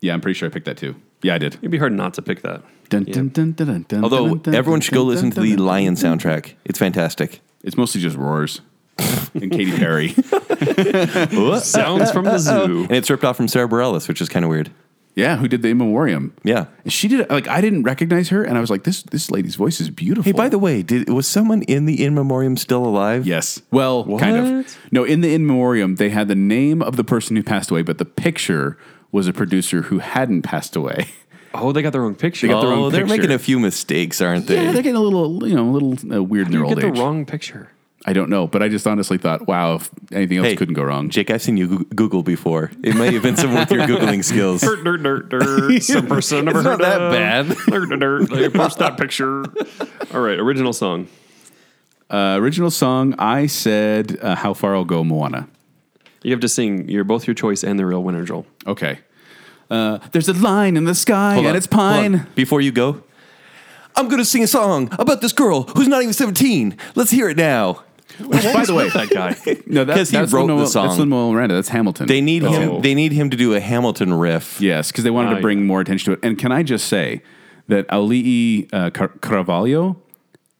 [SPEAKER 2] Yeah, I'm pretty sure I picked that too. Yeah, I did.
[SPEAKER 1] It'd be hard not to pick that.
[SPEAKER 2] Dun,
[SPEAKER 1] Yeah.
[SPEAKER 2] dun, dun, dun, dun, dun,
[SPEAKER 3] Although
[SPEAKER 2] dun, dun,
[SPEAKER 3] everyone should go
[SPEAKER 2] dun,
[SPEAKER 3] listen to
[SPEAKER 2] dun,
[SPEAKER 3] the
[SPEAKER 2] dun.
[SPEAKER 3] Lion soundtrack. It's fantastic.
[SPEAKER 2] It's mostly just roars and Katy Perry.
[SPEAKER 1] Sounds from the zoo.
[SPEAKER 3] And it's ripped off from Sarah Bareilles, which is kind of weird.
[SPEAKER 2] yeah, who did the In Memoriam?
[SPEAKER 3] Yeah.
[SPEAKER 2] And she did like I didn't recognize her, and I was like, this this lady's voice is beautiful.
[SPEAKER 3] Hey, by the way, did was someone in the In Memoriam still alive?
[SPEAKER 2] yes, well, kind
[SPEAKER 1] What?
[SPEAKER 2] of. No, in the In Memoriam, they had the name of the person who passed away, but the picture was a producer who hadn't passed away.
[SPEAKER 1] Oh, they got the wrong picture.
[SPEAKER 2] got the
[SPEAKER 1] Oh,
[SPEAKER 2] wrong
[SPEAKER 3] Oh, they're
[SPEAKER 2] picture.
[SPEAKER 3] making a few mistakes, aren't they?
[SPEAKER 2] Yeah, they're getting a little, you know, a little uh, weird in their
[SPEAKER 1] you
[SPEAKER 2] old
[SPEAKER 1] get the
[SPEAKER 2] age.
[SPEAKER 1] wrong picture.
[SPEAKER 2] I don't know, but I just honestly thought, wow, if anything else
[SPEAKER 3] Hey,
[SPEAKER 2] couldn't go wrong.
[SPEAKER 3] Jake, I've seen you Goo- Google before. It might have been someone with your Googling skills.
[SPEAKER 1] Dirt, dirt, dirt, dirt. Some person I've never
[SPEAKER 3] It's
[SPEAKER 1] heard
[SPEAKER 3] not that
[SPEAKER 1] of.
[SPEAKER 3] bad.
[SPEAKER 1] Dirt, dirt, dirt. They Post that picture. All right. Original song.
[SPEAKER 2] Uh, original song, I said, uh, "How far I'll go, Moana."
[SPEAKER 1] You have to sing. You're both your choice and the real winner, Joel.
[SPEAKER 2] Okay. Uh, there's a line in the sky
[SPEAKER 3] Hold
[SPEAKER 2] and
[SPEAKER 3] on,
[SPEAKER 2] it's
[SPEAKER 3] hold
[SPEAKER 2] pine.
[SPEAKER 3] on. Before you go, I'm going to sing a song about this girl who's not even 17. Let's hear it now.
[SPEAKER 2] Which, by the way, that guy. No, that,
[SPEAKER 3] 'Cause he
[SPEAKER 2] that's
[SPEAKER 3] wrote
[SPEAKER 2] Lin-Manuel-
[SPEAKER 3] the song.
[SPEAKER 2] That's Lin Manuel Miranda. That's Hamilton.
[SPEAKER 3] They need
[SPEAKER 1] Oh.
[SPEAKER 3] him. They need him to do a Hamilton riff.
[SPEAKER 2] yes, because they wanted
[SPEAKER 1] Ah,
[SPEAKER 2] to bring more attention to it. And can I just say that Ali'i uh, Car- Carvalho,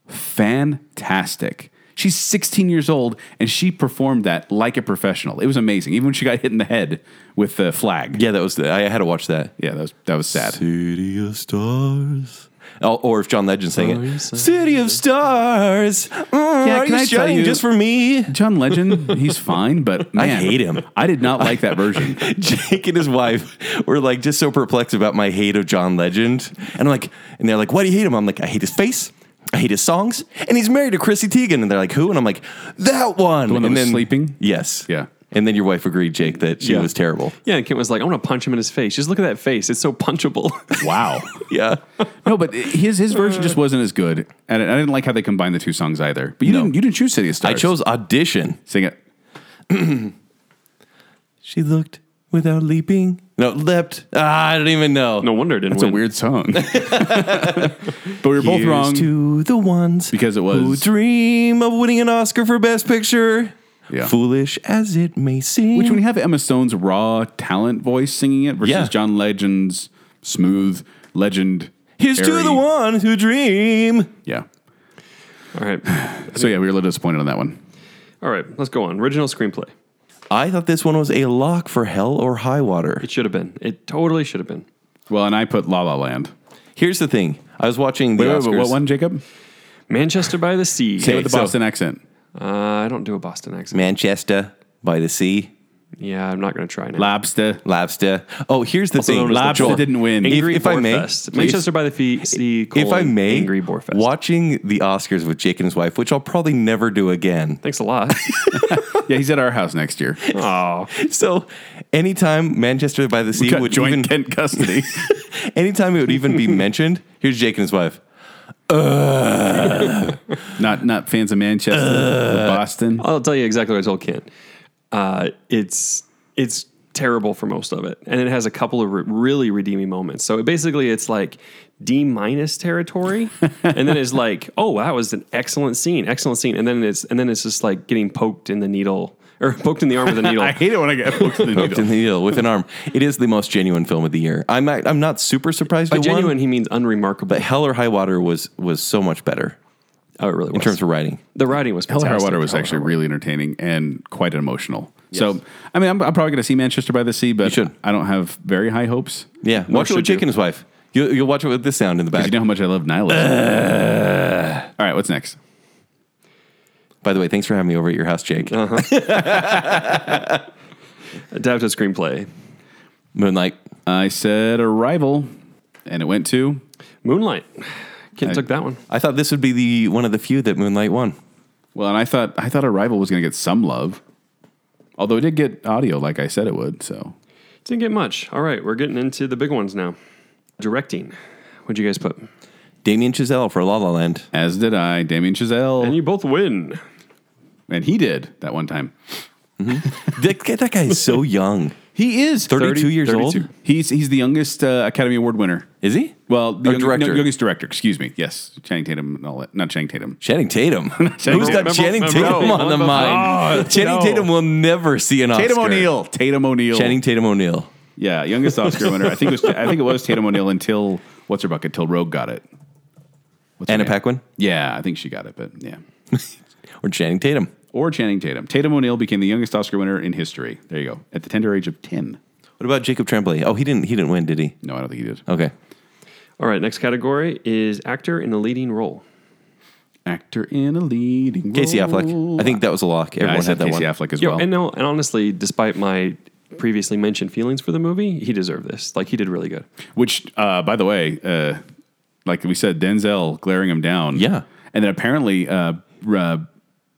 [SPEAKER 2] fantastic. She's 16 years old and she performed that like a professional. It was amazing, even when she got hit in the head with the flag.
[SPEAKER 3] Yeah, that was. The, I had to watch that.
[SPEAKER 2] Yeah, that was that was sad.
[SPEAKER 3] City of Stars. Oh, or if John Legend sang it,
[SPEAKER 1] Stars,
[SPEAKER 3] City of Stars. Mm,
[SPEAKER 2] Yeah,
[SPEAKER 3] are
[SPEAKER 2] can
[SPEAKER 3] you
[SPEAKER 2] I tell
[SPEAKER 3] shining
[SPEAKER 2] you-
[SPEAKER 3] just for me?
[SPEAKER 2] John Legend, he's fine, but man,
[SPEAKER 3] hate him.
[SPEAKER 2] I did not like that version.
[SPEAKER 3] Jake and his wife were like just so perplexed about my hate of John Legend. And I'm like, and they're like, why do you hate him? I'm like, I hate his face. I hate his songs. And he's married to Chrissy Teigen. And they're like, who? And I'm like, that one. The
[SPEAKER 2] one that
[SPEAKER 3] and
[SPEAKER 2] was sleeping?
[SPEAKER 3] Yes.
[SPEAKER 2] Yeah.
[SPEAKER 3] And then your wife agreed, Jake, that she
[SPEAKER 2] Yeah.
[SPEAKER 3] was terrible.
[SPEAKER 1] Yeah, and Kent was like, I want to punch him in his face. Just look at that face. It's so punchable.
[SPEAKER 2] Wow.
[SPEAKER 3] Yeah.
[SPEAKER 2] No, but his his version just wasn't as good, and I didn't like how they combined the two songs either. But you
[SPEAKER 3] No.
[SPEAKER 2] didn't you didn't choose City of Stars.
[SPEAKER 3] I chose audition.
[SPEAKER 2] sing it.
[SPEAKER 3] She looked without leaping. No, leapt. Ah, I don't even know.
[SPEAKER 1] no wonder it didn't
[SPEAKER 2] It's
[SPEAKER 1] win.
[SPEAKER 2] a weird song, but we were both
[SPEAKER 3] Here's
[SPEAKER 2] wrong.
[SPEAKER 3] to the ones
[SPEAKER 2] Because it
[SPEAKER 3] who
[SPEAKER 2] was-
[SPEAKER 3] dream of winning an Oscar for Best Picture.
[SPEAKER 2] Yeah.
[SPEAKER 3] foolish as it may seem.
[SPEAKER 2] Which, when you have Emma Stone's raw talent voice singing it versus
[SPEAKER 3] Yeah.
[SPEAKER 2] John Legend's smooth legend.
[SPEAKER 3] Here's to
[SPEAKER 2] airy-
[SPEAKER 3] the one who dream.
[SPEAKER 2] Yeah.
[SPEAKER 1] All right.
[SPEAKER 2] So, yeah, we were a little disappointed on that one.
[SPEAKER 1] All right. Let's go on. Original screenplay.
[SPEAKER 3] I thought this one was a lock for hell or high water.
[SPEAKER 1] It should have been. It totally should have been.
[SPEAKER 2] Well, and I put La La Land.
[SPEAKER 3] Here's the thing. I was watching the
[SPEAKER 2] Wait, wait,
[SPEAKER 3] Oscars.
[SPEAKER 2] wait, what one, Jacob?
[SPEAKER 1] Manchester by the Sea.
[SPEAKER 2] Say it with the
[SPEAKER 3] so-
[SPEAKER 2] Boston accent.
[SPEAKER 1] Uh, I don't do a Boston accent.
[SPEAKER 3] Manchester by the sea.
[SPEAKER 1] Yeah, I'm not going to try now.
[SPEAKER 2] Lobster.
[SPEAKER 3] Lobster. Oh, here's the thing.
[SPEAKER 1] known as the
[SPEAKER 2] Lobster
[SPEAKER 1] Joel.
[SPEAKER 2] didn't win. Oh,
[SPEAKER 3] If-
[SPEAKER 1] Angry
[SPEAKER 3] if I may,
[SPEAKER 1] Boarfest.
[SPEAKER 3] please.
[SPEAKER 1] Manchester by the Fee- Sea.
[SPEAKER 3] if I
[SPEAKER 1] colon,
[SPEAKER 3] may,
[SPEAKER 1] Angry Boarfest.
[SPEAKER 3] watching the Oscars with Jake and his wife, which I'll probably never do again.
[SPEAKER 1] Thanks a lot.
[SPEAKER 2] yeah, he's at our house next year.
[SPEAKER 1] oh,
[SPEAKER 3] So, anytime Manchester by the Sea
[SPEAKER 2] Got
[SPEAKER 3] would
[SPEAKER 2] joint
[SPEAKER 3] even,
[SPEAKER 2] Kent custody.
[SPEAKER 3] anytime it would even be mentioned, here's Jake and his wife.
[SPEAKER 2] not not fans of Manchester, or Boston.
[SPEAKER 1] I'll tell you exactly what I told Kent. Uh, it's it's terrible for most of it, and it has a couple of re- really redeeming moments. So it basically, it's like D minus territory, and then it's like, oh, that was an excellent scene, excellent scene, and then it's and then it's just like getting poked in the needle or poked in the arm with a needle.
[SPEAKER 2] I hate it when I get hooked in the
[SPEAKER 3] Hooked in the
[SPEAKER 2] needle.
[SPEAKER 3] needle with an arm. It is the most genuine film of the year. I'm not, I'm not super surprised.
[SPEAKER 1] By
[SPEAKER 3] it won,
[SPEAKER 1] genuine, he means unremarkable.
[SPEAKER 3] but Hell or High Water was was so much better
[SPEAKER 1] oh, it really was.
[SPEAKER 3] in terms of writing.
[SPEAKER 1] the writing was
[SPEAKER 2] Hell or
[SPEAKER 1] fantastic.
[SPEAKER 2] High Water was
[SPEAKER 1] Hell or
[SPEAKER 2] actually
[SPEAKER 1] High
[SPEAKER 2] really entertaining and quite emotional. So, I mean, I'm, I'm probably going to see Manchester by the Sea, but
[SPEAKER 3] should.
[SPEAKER 2] I don't have very high hopes.
[SPEAKER 3] Yeah,
[SPEAKER 2] Nor
[SPEAKER 3] watch it with
[SPEAKER 2] should
[SPEAKER 3] Jake
[SPEAKER 2] you.
[SPEAKER 3] and his wife. You, you'll watch it with this sound in the
[SPEAKER 2] 'Cause
[SPEAKER 3] back.
[SPEAKER 2] You know how much I love Nyla. All right, what's next?
[SPEAKER 3] By the way, thanks for having me over at your house, Jake.
[SPEAKER 1] Adapted screenplay.
[SPEAKER 3] Moonlight.
[SPEAKER 2] I said Arrival, and it went to
[SPEAKER 1] Moonlight. Kent
[SPEAKER 2] I-
[SPEAKER 1] took that one.
[SPEAKER 3] I thought this would be the one of the few that Moonlight won.
[SPEAKER 2] well, and I thought I thought Arrival was going to get some love, although it did get audio like I said it would. So
[SPEAKER 1] Didn't get much. All right, we're getting into the big ones now. Directing. What'd you guys put?
[SPEAKER 3] Damien Chazelle for La La Land.
[SPEAKER 2] as did I, Damien Chazelle,
[SPEAKER 1] And
[SPEAKER 2] and,
[SPEAKER 1] you both win.
[SPEAKER 2] he did that one time.
[SPEAKER 3] that, that guy is so young.
[SPEAKER 2] He is
[SPEAKER 3] 32 years old.
[SPEAKER 1] 32.
[SPEAKER 2] He's he's the youngest uh, Academy Award winner.
[SPEAKER 3] Is he?
[SPEAKER 2] Well, the
[SPEAKER 3] Or
[SPEAKER 2] young-
[SPEAKER 3] director.
[SPEAKER 2] no, youngest director. Excuse me. Yes, Channing Tatum. and all that. Not Channing Tatum.
[SPEAKER 3] Channing Tatum.
[SPEAKER 2] Channing
[SPEAKER 3] Who's got
[SPEAKER 2] Tatum.
[SPEAKER 3] Channing
[SPEAKER 1] Remember-
[SPEAKER 3] Tatum
[SPEAKER 1] remember-
[SPEAKER 3] on the
[SPEAKER 1] remember-
[SPEAKER 3] mind? Channing
[SPEAKER 2] no.
[SPEAKER 3] Tatum will never see an Oscar.
[SPEAKER 2] Tatum O'Neill. Tatum O'Neill.
[SPEAKER 3] Channing Tatum O'Neill.
[SPEAKER 2] Yeah, youngest Oscar winner. I think it was I think it was Tatum O'Neill until what's her bucket? Till Rogue got it. What's her
[SPEAKER 3] Anna
[SPEAKER 2] name?
[SPEAKER 3] Paquin
[SPEAKER 2] Yeah, I think she got it, but yeah.
[SPEAKER 3] or Channing Tatum.
[SPEAKER 2] Or Channing Tatum. Tatum O'Neill became the youngest Oscar winner in history. There you go. At the tender age of ten.
[SPEAKER 3] What about Jacob Tremblay? Oh, he didn't. He didn't win, did he?
[SPEAKER 2] No, I don't think he did.
[SPEAKER 3] Okay.
[SPEAKER 1] All right, next category is actor in a leading role.
[SPEAKER 2] Actor in a leading
[SPEAKER 3] Casey
[SPEAKER 2] role.
[SPEAKER 3] Affleck. I think that was a lock.
[SPEAKER 2] Yeah,
[SPEAKER 3] Everyone
[SPEAKER 2] I said
[SPEAKER 3] had that
[SPEAKER 2] Casey
[SPEAKER 3] one.
[SPEAKER 2] Affleck as
[SPEAKER 1] Yo,
[SPEAKER 2] well.
[SPEAKER 1] and no, and honestly, despite my previously mentioned feelings for the movie, he deserved this. Like he did really good.
[SPEAKER 2] Which, uh, by the way, uh, like we said, Denzel glaring him down.
[SPEAKER 3] Yeah.
[SPEAKER 2] and then apparently, uh, uh,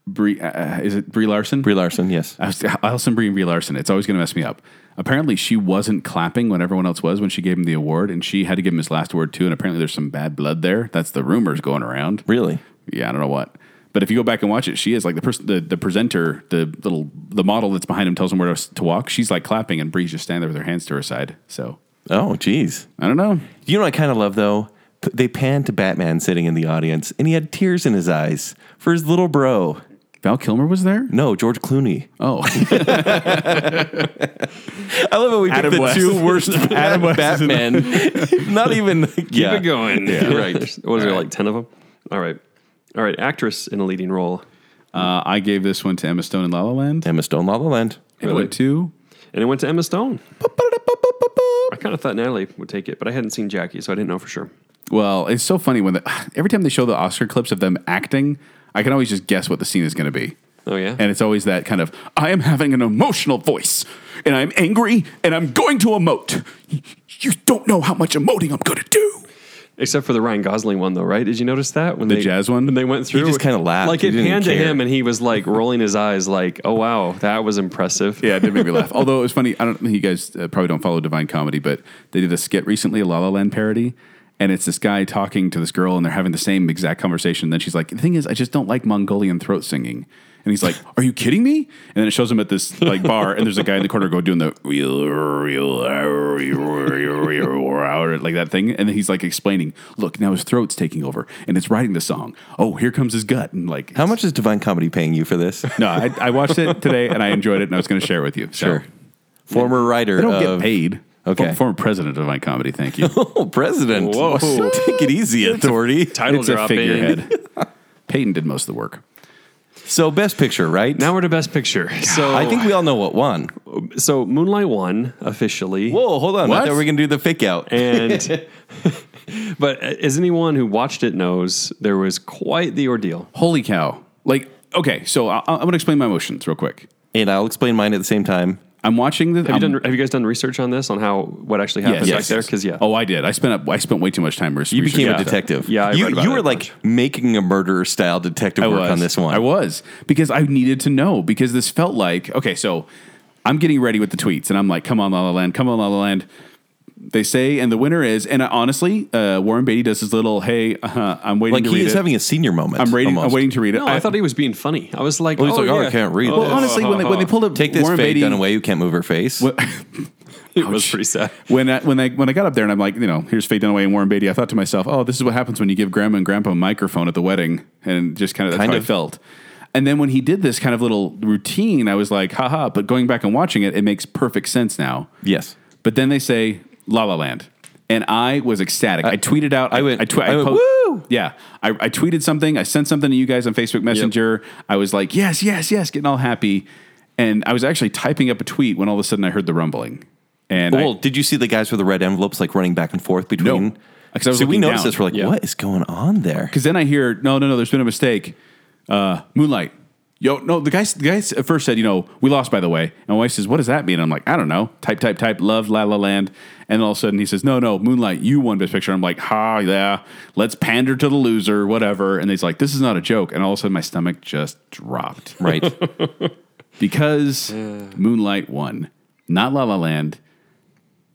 [SPEAKER 2] Brie, uh, is it Brie Larson?
[SPEAKER 3] Brie Larson. Yes.
[SPEAKER 2] I was- Alison Brie and Brie Larson. It's always going to mess me up. Apparently, she wasn't clapping when everyone else was when she gave him the award, and she had to give him his last award too. And apparently, there's some bad blood there. That's the rumors going around.
[SPEAKER 3] Really?
[SPEAKER 2] Yeah, I don't know what. But if you go back and watch it, she is like the person, the, the presenter, the little the model that's behind him tells him where to, s- to walk. She's like clapping, and Brie's just standing there with her hands to her side. So
[SPEAKER 3] Oh, geez.
[SPEAKER 2] I don't know.
[SPEAKER 3] You know what I kind of love though? P- They panned to Batman sitting in the audience, and he had tears in his eyes for his little bro.
[SPEAKER 2] Val Kilmer was there.
[SPEAKER 3] No, George Clooney.
[SPEAKER 2] Oh,
[SPEAKER 3] I love how we picked
[SPEAKER 2] Adam
[SPEAKER 3] the
[SPEAKER 2] West.
[SPEAKER 3] two worst
[SPEAKER 2] Adam West is in
[SPEAKER 3] Batman. Not even. yeah.
[SPEAKER 1] Keep it going. Yeah,
[SPEAKER 3] right.
[SPEAKER 1] what is there like ten of them? All right, all right. Actress in a leading role,
[SPEAKER 2] uh, I gave this one to Emma Stone in La La Land.
[SPEAKER 3] Emma Stone, La La Land.
[SPEAKER 2] It went to
[SPEAKER 1] and it went to Emma Stone. I kind of thought Natalie would take it, but I hadn't seen Jackie, so I didn't know for sure.
[SPEAKER 2] Well, it's so funny when the, every time they show the Oscar clips of them acting, I can always just guess what the scene is going to be.
[SPEAKER 1] Oh yeah,
[SPEAKER 2] And it's always that kind of I am having an emotional voice and I'm angry and I'm going to emote. You don't know how much emoting I'm going to do.
[SPEAKER 1] Except for the Ryan Gosling one, though, right? Did you notice that when
[SPEAKER 2] The jazz one?
[SPEAKER 1] When they went through,
[SPEAKER 3] just kinda laughed.
[SPEAKER 1] Like
[SPEAKER 3] He
[SPEAKER 1] it
[SPEAKER 3] didn't
[SPEAKER 1] panned to
[SPEAKER 3] care.
[SPEAKER 1] him, and he was like rolling his eyes, like, "Oh wow, that was impressive."
[SPEAKER 2] Yeah, it did make me laugh. Although it was funny, I don't you guys uh, probably don't follow Divine Comedy, but they did a skit recently, a La La Land parody, and it's this guy talking to this girl and they're having the same exact conversation. Then she's like, "The thing is, I just don't like Mongolian throat singing." And he's like, "Are you kidding me?" And then it shows him at this like bar, and there's a guy in the corner go doing the like that thing, and then he's like explaining, "Look, now his throat's taking over, and it's writing the song. Oh, here comes his gut." And like,
[SPEAKER 3] How much is Divine Comedy paying you for this?
[SPEAKER 2] No, I, I watched it today, and I enjoyed it, and I was going to share it with you. So.
[SPEAKER 3] Former writer
[SPEAKER 2] They don't
[SPEAKER 3] of
[SPEAKER 2] get paid.
[SPEAKER 3] Okay.
[SPEAKER 2] Form- Former president of my comedy. Thank you.
[SPEAKER 3] Oh, president.
[SPEAKER 1] Whoa.
[SPEAKER 3] Take it easy, authority.
[SPEAKER 1] Title
[SPEAKER 2] it's a
[SPEAKER 1] drop in.
[SPEAKER 2] figurehead. Peyton did most of the work.
[SPEAKER 3] So best picture, right?
[SPEAKER 1] Now we're to best picture. So
[SPEAKER 3] I think we all know what won.
[SPEAKER 1] so Moonlight won officially.
[SPEAKER 3] Whoa, hold on.
[SPEAKER 2] What?
[SPEAKER 3] I thought we were going to do the fake out.
[SPEAKER 1] And but uh, as anyone who watched it knows, there was quite the ordeal.
[SPEAKER 2] Holy cow! Like, okay, so I, I'm going to explain my emotions real quick.
[SPEAKER 3] And I'll explain mine at the same time.
[SPEAKER 2] I'm watching the.
[SPEAKER 1] Have you, done, have you guys done research on this on how what actually happened back there? Because yeah,
[SPEAKER 2] Oh, I did. I spent up. I spent way too much time.
[SPEAKER 3] You became a detective.
[SPEAKER 1] Yeah, I
[SPEAKER 3] you,
[SPEAKER 1] read about
[SPEAKER 3] you
[SPEAKER 1] it
[SPEAKER 3] were
[SPEAKER 1] a
[SPEAKER 3] like making a murderer style detective
[SPEAKER 2] I
[SPEAKER 3] work
[SPEAKER 2] was
[SPEAKER 3] on this one.
[SPEAKER 2] I was because I needed to know because this felt like okay. So I'm getting ready with the tweets, and I'm like, "Come on, La La Land! Come on, La La Land!" They say, and the winner is, and I, honestly, uh, Warren Beatty does his little, "Hey, uh, I'm waiting
[SPEAKER 3] like
[SPEAKER 2] to
[SPEAKER 3] he
[SPEAKER 2] read
[SPEAKER 3] is
[SPEAKER 2] it."
[SPEAKER 3] having a senior moment.
[SPEAKER 2] I'm waiting. I'm
[SPEAKER 3] almost.
[SPEAKER 2] waiting to read it.
[SPEAKER 1] no, I, thought he was being funny. I was like,
[SPEAKER 3] Well, he's
[SPEAKER 1] oh,
[SPEAKER 3] like, oh,
[SPEAKER 1] yeah.
[SPEAKER 3] I can't read
[SPEAKER 2] Well,
[SPEAKER 3] this.
[SPEAKER 2] honestly, when they, when they pulled up
[SPEAKER 3] Take this
[SPEAKER 2] Warren
[SPEAKER 3] fake
[SPEAKER 2] Beatty,
[SPEAKER 3] Dunaway. You can't move her face.
[SPEAKER 1] it was pretty sad.
[SPEAKER 2] when I, when I when I got up there and I'm like, you know, here's Faye Dunaway and Warren Beatty, I thought to myself, oh, this is what happens when you give grandma and grandpa a microphone at the wedding, and just kind of that's
[SPEAKER 3] Kind
[SPEAKER 2] how I
[SPEAKER 3] of.
[SPEAKER 2] felt. And then when he did this kind of little routine, I was like, haha. But going back and watching it, it makes perfect sense now.
[SPEAKER 3] Yes.
[SPEAKER 2] But then they say La La Land, and I was ecstatic. I tweeted out.
[SPEAKER 3] I went-
[SPEAKER 2] I, twe-
[SPEAKER 3] I went, "Woo!"
[SPEAKER 2] Yeah, I, I tweeted something. I sent something to you guys on Facebook Messenger. I was like, yes, yes, yes, getting all happy. And I was actually typing up a tweet when all of a sudden I heard the rumbling. And I-
[SPEAKER 3] Well, did you see the guys with the red envelopes like running back and forth between?
[SPEAKER 2] No. 'Cause I was
[SPEAKER 3] so we
[SPEAKER 2] looking
[SPEAKER 3] noticed
[SPEAKER 2] down.
[SPEAKER 3] this. We're like,
[SPEAKER 1] Yeah.
[SPEAKER 3] what is going on there?
[SPEAKER 2] Because then I hear, no, no, no, there's been a mistake. Uh, Moonlight. Yo, no, the guys, the guys at first said, you know, we lost, by the way. And my wife says, what does that mean? I'm like, I don't know. Type, type, type, love, La La Land. And all of a sudden he says, no, no, Moonlight, you won Best Picture. I'm like, ha, yeah, let's pander to the loser, whatever. And he's like, this is not a joke. And all of a sudden my stomach just dropped
[SPEAKER 3] Right.
[SPEAKER 2] because Moonlight won, not La La Land.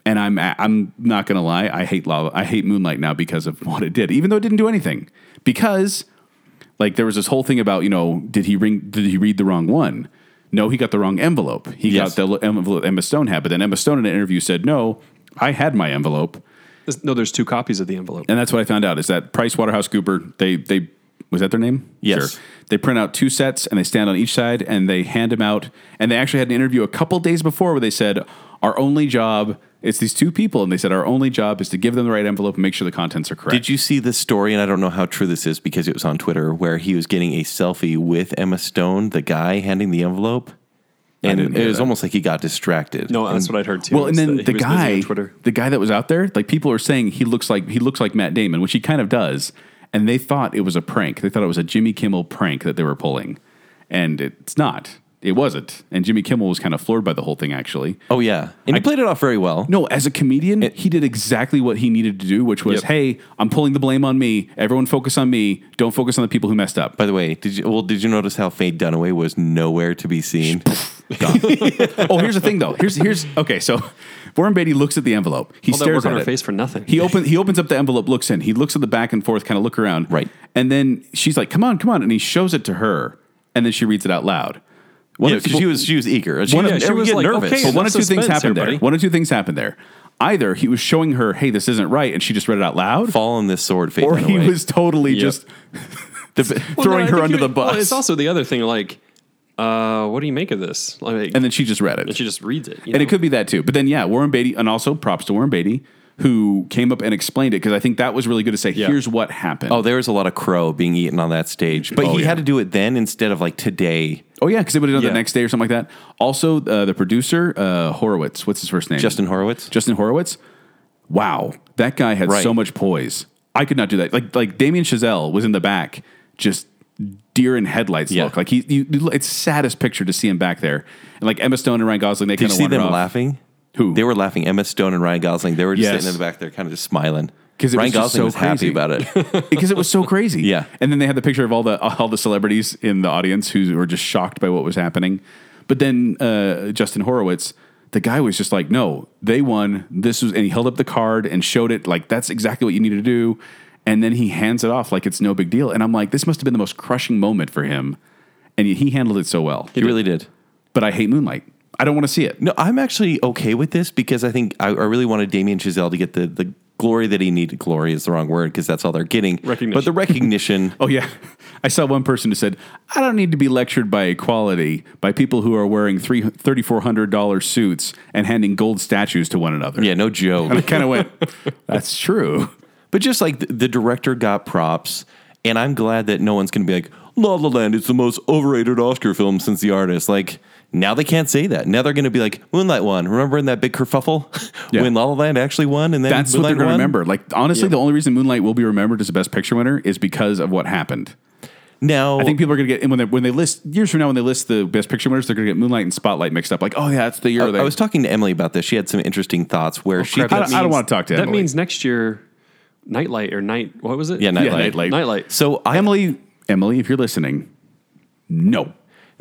[SPEAKER 2] And I'm I'm not gonna lie, I hate La La, I hate Moonlight now because of what it did, even though it didn't do anything. Because like there was this whole thing about you know did he ring did he read the wrong one? No, he got the wrong envelope. He
[SPEAKER 3] Yes.
[SPEAKER 2] got the l- envelope Emma Stone had, but then Emma Stone in an interview said no, I had my envelope,
[SPEAKER 1] There's- No, there's two copies of the envelope.
[SPEAKER 2] and that's what I found out is that Price Waterhouse Cooper they they was that their name?
[SPEAKER 3] Yes.
[SPEAKER 2] They print out two sets and they stand on each side and they hand them out. And they actually had an interview a couple days before where they said our only job it's these two people and they said our only job is to give them the right envelope and make sure the contents are correct.
[SPEAKER 3] Did you see this story? And I don't know how true this is because it was on Twitter where he was getting a selfie with Emma Stone, the guy handing the envelope. And
[SPEAKER 2] didn't
[SPEAKER 3] it
[SPEAKER 2] hear
[SPEAKER 3] was
[SPEAKER 2] that.
[SPEAKER 3] almost like he got distracted.
[SPEAKER 1] no, that's
[SPEAKER 3] And
[SPEAKER 1] what I'd heard too.
[SPEAKER 2] um, well, and
[SPEAKER 1] is
[SPEAKER 2] then
[SPEAKER 1] that he
[SPEAKER 2] the
[SPEAKER 1] was busy on
[SPEAKER 2] guy,
[SPEAKER 1] Twitter.
[SPEAKER 2] the guy that was out there, like people are saying he looks like he looks like Matt Damon, which he kind of does. And they thought it was a prank. They thought it was a Jimmy Kimmel prank that they were pulling, and it's not. It wasn't. And Jimmy Kimmel was kind of floored by the whole thing, actually.
[SPEAKER 3] Oh, yeah. And he played it off very well.
[SPEAKER 2] No, as a comedian, he did exactly what he needed to do, which was,
[SPEAKER 1] Yep.
[SPEAKER 2] hey, I'm pulling the blame on me. Everyone focus on me. Don't focus on the people who messed up. But
[SPEAKER 3] By the way, did you well? Did you notice how Faye Dunaway was nowhere to be seen?
[SPEAKER 2] oh, here's the thing though. Here's here's okay, so Warren Beatty looks at the envelope. He
[SPEAKER 1] All that
[SPEAKER 2] stares
[SPEAKER 1] work
[SPEAKER 2] at
[SPEAKER 1] on her
[SPEAKER 2] it.
[SPEAKER 1] face for nothing.
[SPEAKER 2] He opens he opens up the envelope, looks in. He looks at the back and forth, kind of look around.
[SPEAKER 3] Right.
[SPEAKER 2] And then she's like, "Come on, come on." And he shows it to her, and then she reads it out loud. One
[SPEAKER 3] Yeah,
[SPEAKER 2] of-
[SPEAKER 3] 'cause she was she was eager. She,
[SPEAKER 2] One of-
[SPEAKER 3] didn't-
[SPEAKER 1] she
[SPEAKER 3] everyone
[SPEAKER 1] was
[SPEAKER 3] get
[SPEAKER 1] like, okay,
[SPEAKER 2] But
[SPEAKER 1] Hey,
[SPEAKER 2] one of
[SPEAKER 1] that's
[SPEAKER 2] two things
[SPEAKER 1] suspense,
[SPEAKER 2] happened there.
[SPEAKER 1] everybody.
[SPEAKER 2] One of two things happened there. Either he was showing her, "Hey, this isn't right," and she just read it out loud,
[SPEAKER 3] fall on this sword, Faye
[SPEAKER 2] or
[SPEAKER 3] Dunaway.
[SPEAKER 2] he was totally just
[SPEAKER 1] Well,
[SPEAKER 2] throwing
[SPEAKER 1] no, I
[SPEAKER 2] her
[SPEAKER 1] think
[SPEAKER 2] under
[SPEAKER 1] he-
[SPEAKER 2] the
[SPEAKER 1] well,
[SPEAKER 2] bus.
[SPEAKER 1] it's also the other thing. Like, uh, what do you make of this? Like,
[SPEAKER 2] and then she just read it.
[SPEAKER 1] she just reads it. you
[SPEAKER 2] and it
[SPEAKER 1] know?
[SPEAKER 2] could be that too. But then, yeah, Warren Beatty, and also props to Warren Beatty, who came up and explained it because I think that was really good to say,
[SPEAKER 1] Yeah.
[SPEAKER 2] here's what happened.
[SPEAKER 3] Oh, there was a lot of crow being eaten on that stage, but
[SPEAKER 2] Oh,
[SPEAKER 3] he
[SPEAKER 2] yeah.
[SPEAKER 3] had to do it then instead of like today.
[SPEAKER 2] Oh, yeah, because they would have done
[SPEAKER 1] Yeah.
[SPEAKER 2] the next day or something like that. Also, uh, the producer, uh, Horowitz, what's his first name?
[SPEAKER 3] Justin Horowitz.
[SPEAKER 2] Justin Horowitz. Wow, that guy had
[SPEAKER 3] Right.
[SPEAKER 2] so much poise. I could not do that. Like like Damien Chazelle was in the back, just deer in headlights
[SPEAKER 3] Yeah.
[SPEAKER 2] look. Like he, you, you- it's saddest picture to see him back there. And like Emma Stone and Ryan Gosling, they
[SPEAKER 3] Did
[SPEAKER 2] kind
[SPEAKER 3] you
[SPEAKER 2] of
[SPEAKER 3] see them
[SPEAKER 2] off.
[SPEAKER 3] laughing?
[SPEAKER 2] Who?
[SPEAKER 3] They were laughing. Emma Stone and Ryan Gosling. They were just
[SPEAKER 2] Yes.
[SPEAKER 3] sitting in the back there, kind of just smiling.
[SPEAKER 2] 'Cause it
[SPEAKER 3] Ryan
[SPEAKER 2] was just
[SPEAKER 3] Gosling
[SPEAKER 2] so
[SPEAKER 3] was
[SPEAKER 2] crazy.
[SPEAKER 3] happy about it.
[SPEAKER 2] because it was so crazy.
[SPEAKER 3] Yeah.
[SPEAKER 2] And then they had the picture of all the all the celebrities in the audience who were just shocked by what was happening. But then uh, Justin Horowitz, the guy was just like, "No, they won. This was," and he held up the card and showed it. Like that's exactly what you need to do. And then he hands it off like it's no big deal. And I'm like, this must have been the most crushing moment for him. and he handled it so well.
[SPEAKER 3] You really did.
[SPEAKER 2] But I hate Moonlight. I don't want to see it.
[SPEAKER 3] No, I'm actually okay with this because I think I, I really wanted Damien Chazelle to get the, the glory that he needed. Glory is the wrong word because that's all they're getting.
[SPEAKER 1] Recognition.
[SPEAKER 3] But the recognition.
[SPEAKER 2] Oh yeah, I saw one person who said, "I don't need to be lectured by equality by people who are wearing three thirty four hundred dollar suits and handing gold statues to one another."
[SPEAKER 3] yeah, no joke.
[SPEAKER 2] and I kind of went, "That's true."
[SPEAKER 3] But just like the, the director got props, and I'm glad that no one's going to be like, La La Land is the most overrated Oscar film since The Artist. Like, now they can't say that. Now they're going to be like, Moonlight won. Remember in that big kerfuffle
[SPEAKER 2] Yeah.
[SPEAKER 3] when La La Land actually won? And then
[SPEAKER 2] That's what
[SPEAKER 3] Moonlight
[SPEAKER 2] they're going to
[SPEAKER 3] won?
[SPEAKER 2] remember. Like honestly, the only reason Moonlight will be remembered as a best picture winner is because of what happened.
[SPEAKER 3] Now,
[SPEAKER 2] I think people are going to get and when they when they list years from now when they list the best picture winners, they're going to get Moonlight and Spotlight mixed up. Like, oh yeah, that's the year. they,
[SPEAKER 3] I was talking to Emily about this. She had some interesting thoughts where she.
[SPEAKER 1] Crap, that
[SPEAKER 2] I don't- I don't
[SPEAKER 1] means-
[SPEAKER 2] wanna talk to
[SPEAKER 1] That
[SPEAKER 2] Emily.
[SPEAKER 1] means next year, Nightlight or Night, what was it?
[SPEAKER 3] Yeah, Nightlight.
[SPEAKER 2] Nightlight.
[SPEAKER 1] Nightlight.
[SPEAKER 3] So I,
[SPEAKER 2] Emily, Emily, if you're listening, no,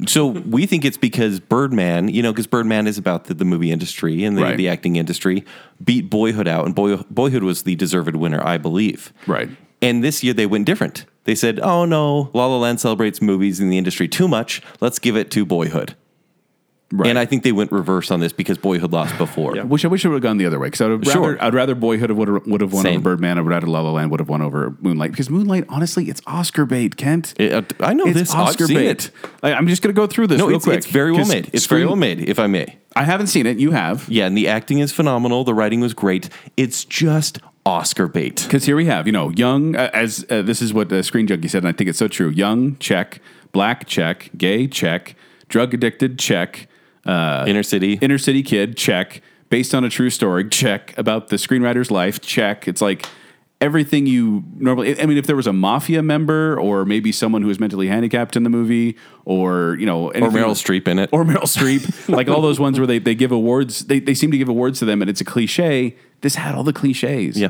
[SPEAKER 3] So we think it's because Birdman, you know, because Birdman is about the, the movie industry and the,
[SPEAKER 2] Right.
[SPEAKER 3] the acting industry, beat Boyhood out, and Boy, Boyhood was the deserved winner, I believe.
[SPEAKER 2] Right.
[SPEAKER 3] And this year they went different. They said, "Oh no, La La Land celebrates movies in the industry too much. Let's give it to Boyhood."
[SPEAKER 2] right?
[SPEAKER 3] And I think they went reverse on this because Boyhood lost before.
[SPEAKER 2] Wish I wish it would have gone the other way because I would rather
[SPEAKER 3] Sure.
[SPEAKER 2] I'd rather Boyhood would have, would have won
[SPEAKER 3] Same.
[SPEAKER 2] over Birdman. I would rather La La Land would have won over Moonlight because Moonlight, honestly, it's Oscar bait, Kent.
[SPEAKER 3] It- uh, I know
[SPEAKER 2] it's
[SPEAKER 3] this.
[SPEAKER 2] Oscar
[SPEAKER 3] I've seen
[SPEAKER 2] bait.
[SPEAKER 3] it.
[SPEAKER 2] I, am just gonna go through this
[SPEAKER 3] No,
[SPEAKER 2] real
[SPEAKER 3] it's,
[SPEAKER 2] quick.
[SPEAKER 3] it's very well
[SPEAKER 2] 'cause
[SPEAKER 3] made. It's
[SPEAKER 2] Scream-
[SPEAKER 3] very well made, if I may.
[SPEAKER 2] I haven't seen it. You have
[SPEAKER 3] Yeah, and the acting is phenomenal. The writing was great. It's just Oscar bait.
[SPEAKER 2] because here we have you know young uh, as uh, this is what uh, Screen Junkie said, and I think it's so true. Young check, black check, gay check, drug addicted check,
[SPEAKER 3] Uh, Inner City.
[SPEAKER 2] inner city kid check, based on a true story check, about the screenwriter's life check. It's like everything you normally. I mean, if there was a mafia member or maybe someone who was mentally handicapped in the movie, or you know,
[SPEAKER 3] or
[SPEAKER 2] anything-
[SPEAKER 3] Meryl Streep in it.
[SPEAKER 2] or Meryl Streep, like all those ones where they, they give awards, they, they seem to give awards to them, and it's a cliche. This had all the cliches.
[SPEAKER 3] Yeah.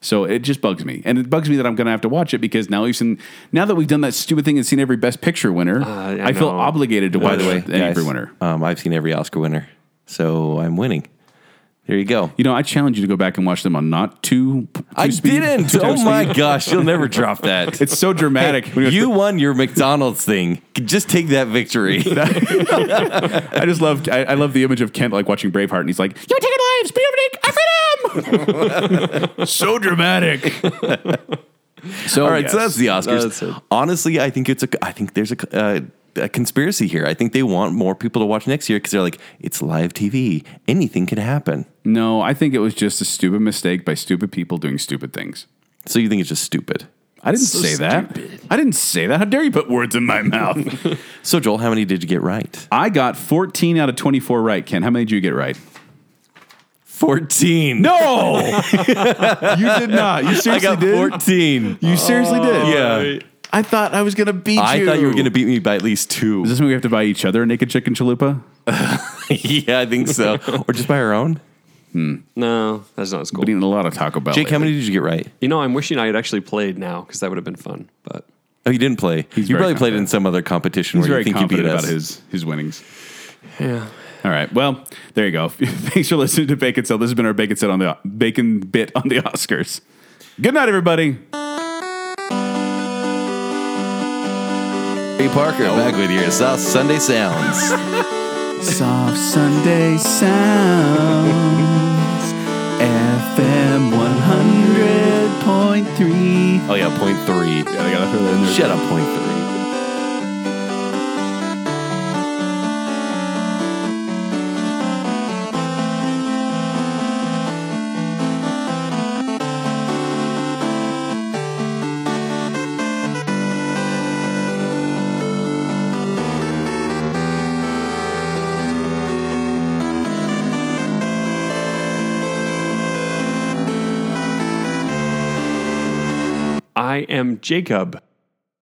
[SPEAKER 2] So it just bugs me, and it bugs me that I'm going to have to watch it because now we've seen, now that we've done that stupid thing and seen every Best Picture winner,
[SPEAKER 3] Uh,
[SPEAKER 1] I
[SPEAKER 2] I, feel
[SPEAKER 1] know.
[SPEAKER 2] obligated to
[SPEAKER 3] By
[SPEAKER 2] watch
[SPEAKER 3] the way, guys,
[SPEAKER 2] every winner.
[SPEAKER 3] Um, I've seen every Oscar winner, so I'm winning. There you go.
[SPEAKER 2] You know, I challenge you to go back and watch them on not two. two
[SPEAKER 3] I
[SPEAKER 2] speed-
[SPEAKER 3] didn't.
[SPEAKER 2] two
[SPEAKER 3] Oh
[SPEAKER 2] speed.
[SPEAKER 3] my gosh, you'll never drop that.
[SPEAKER 2] It's so dramatic. When you-
[SPEAKER 3] you won your McDonald's thing. Just take that victory.
[SPEAKER 2] I just loved. I, I love the image of Kent like watching Braveheart, and he's like, "You take a lives, Peter Dick, I freedom." so dramatic. so
[SPEAKER 3] All right, so
[SPEAKER 2] yes.
[SPEAKER 3] that's the Oscars.
[SPEAKER 1] That's it.
[SPEAKER 3] Honestly, I think it's a. I think there's a. Uh, a conspiracy here. I think they want more people to watch next year because they're like, it's live TV. Anything can happen.
[SPEAKER 2] No, I think it was just a stupid mistake by stupid people doing stupid things.
[SPEAKER 3] So you think it's just stupid.
[SPEAKER 2] I didn't
[SPEAKER 1] So
[SPEAKER 2] say that.
[SPEAKER 1] stupid.
[SPEAKER 2] I didn't say that. How dare you put words in my mouth?
[SPEAKER 3] So Joel, how many did you get right?
[SPEAKER 2] I got 14 out of 24 right, Ken. How many did you get right?
[SPEAKER 3] Fourteen. No,
[SPEAKER 2] No, you did not. You seriously
[SPEAKER 3] I got
[SPEAKER 2] did.
[SPEAKER 3] fourteen.
[SPEAKER 2] You seriously did.
[SPEAKER 3] Yeah.
[SPEAKER 2] I thought I was gonna beat
[SPEAKER 3] I thought you were going to beat me by at least two.
[SPEAKER 2] Does this mean we have to buy each other a naked chicken chalupa?
[SPEAKER 3] yeah, I think so. or just by our own.
[SPEAKER 1] No, that's not as cool.
[SPEAKER 2] Been eating a lot of Taco Bell.
[SPEAKER 3] Jake, how
[SPEAKER 2] lately.
[SPEAKER 3] many did you get right?
[SPEAKER 1] You know, I'm wishing I had actually played now because that would have been fun. But
[SPEAKER 3] Oh, you didn't play. you
[SPEAKER 2] very
[SPEAKER 3] probably played in some other competition
[SPEAKER 2] He's
[SPEAKER 3] where
[SPEAKER 2] very
[SPEAKER 3] you think you beat
[SPEAKER 2] confident
[SPEAKER 3] us.
[SPEAKER 2] about his his winnings.
[SPEAKER 1] yeah,
[SPEAKER 2] All right. Well, there you go. Thanks for listening to Bacon Cell. This has been our Bacon Set on the Bacon Bit on the Oscars. Good night, everybody.
[SPEAKER 3] Hey, Parker, back with your South Sunday Sounds.
[SPEAKER 2] Soft Sunday sounds. FM one hundred point three.
[SPEAKER 3] oh yeah, point three.
[SPEAKER 2] Yeah, I gotta throw that in there.
[SPEAKER 3] Shut up, point three.
[SPEAKER 1] I am Jacob.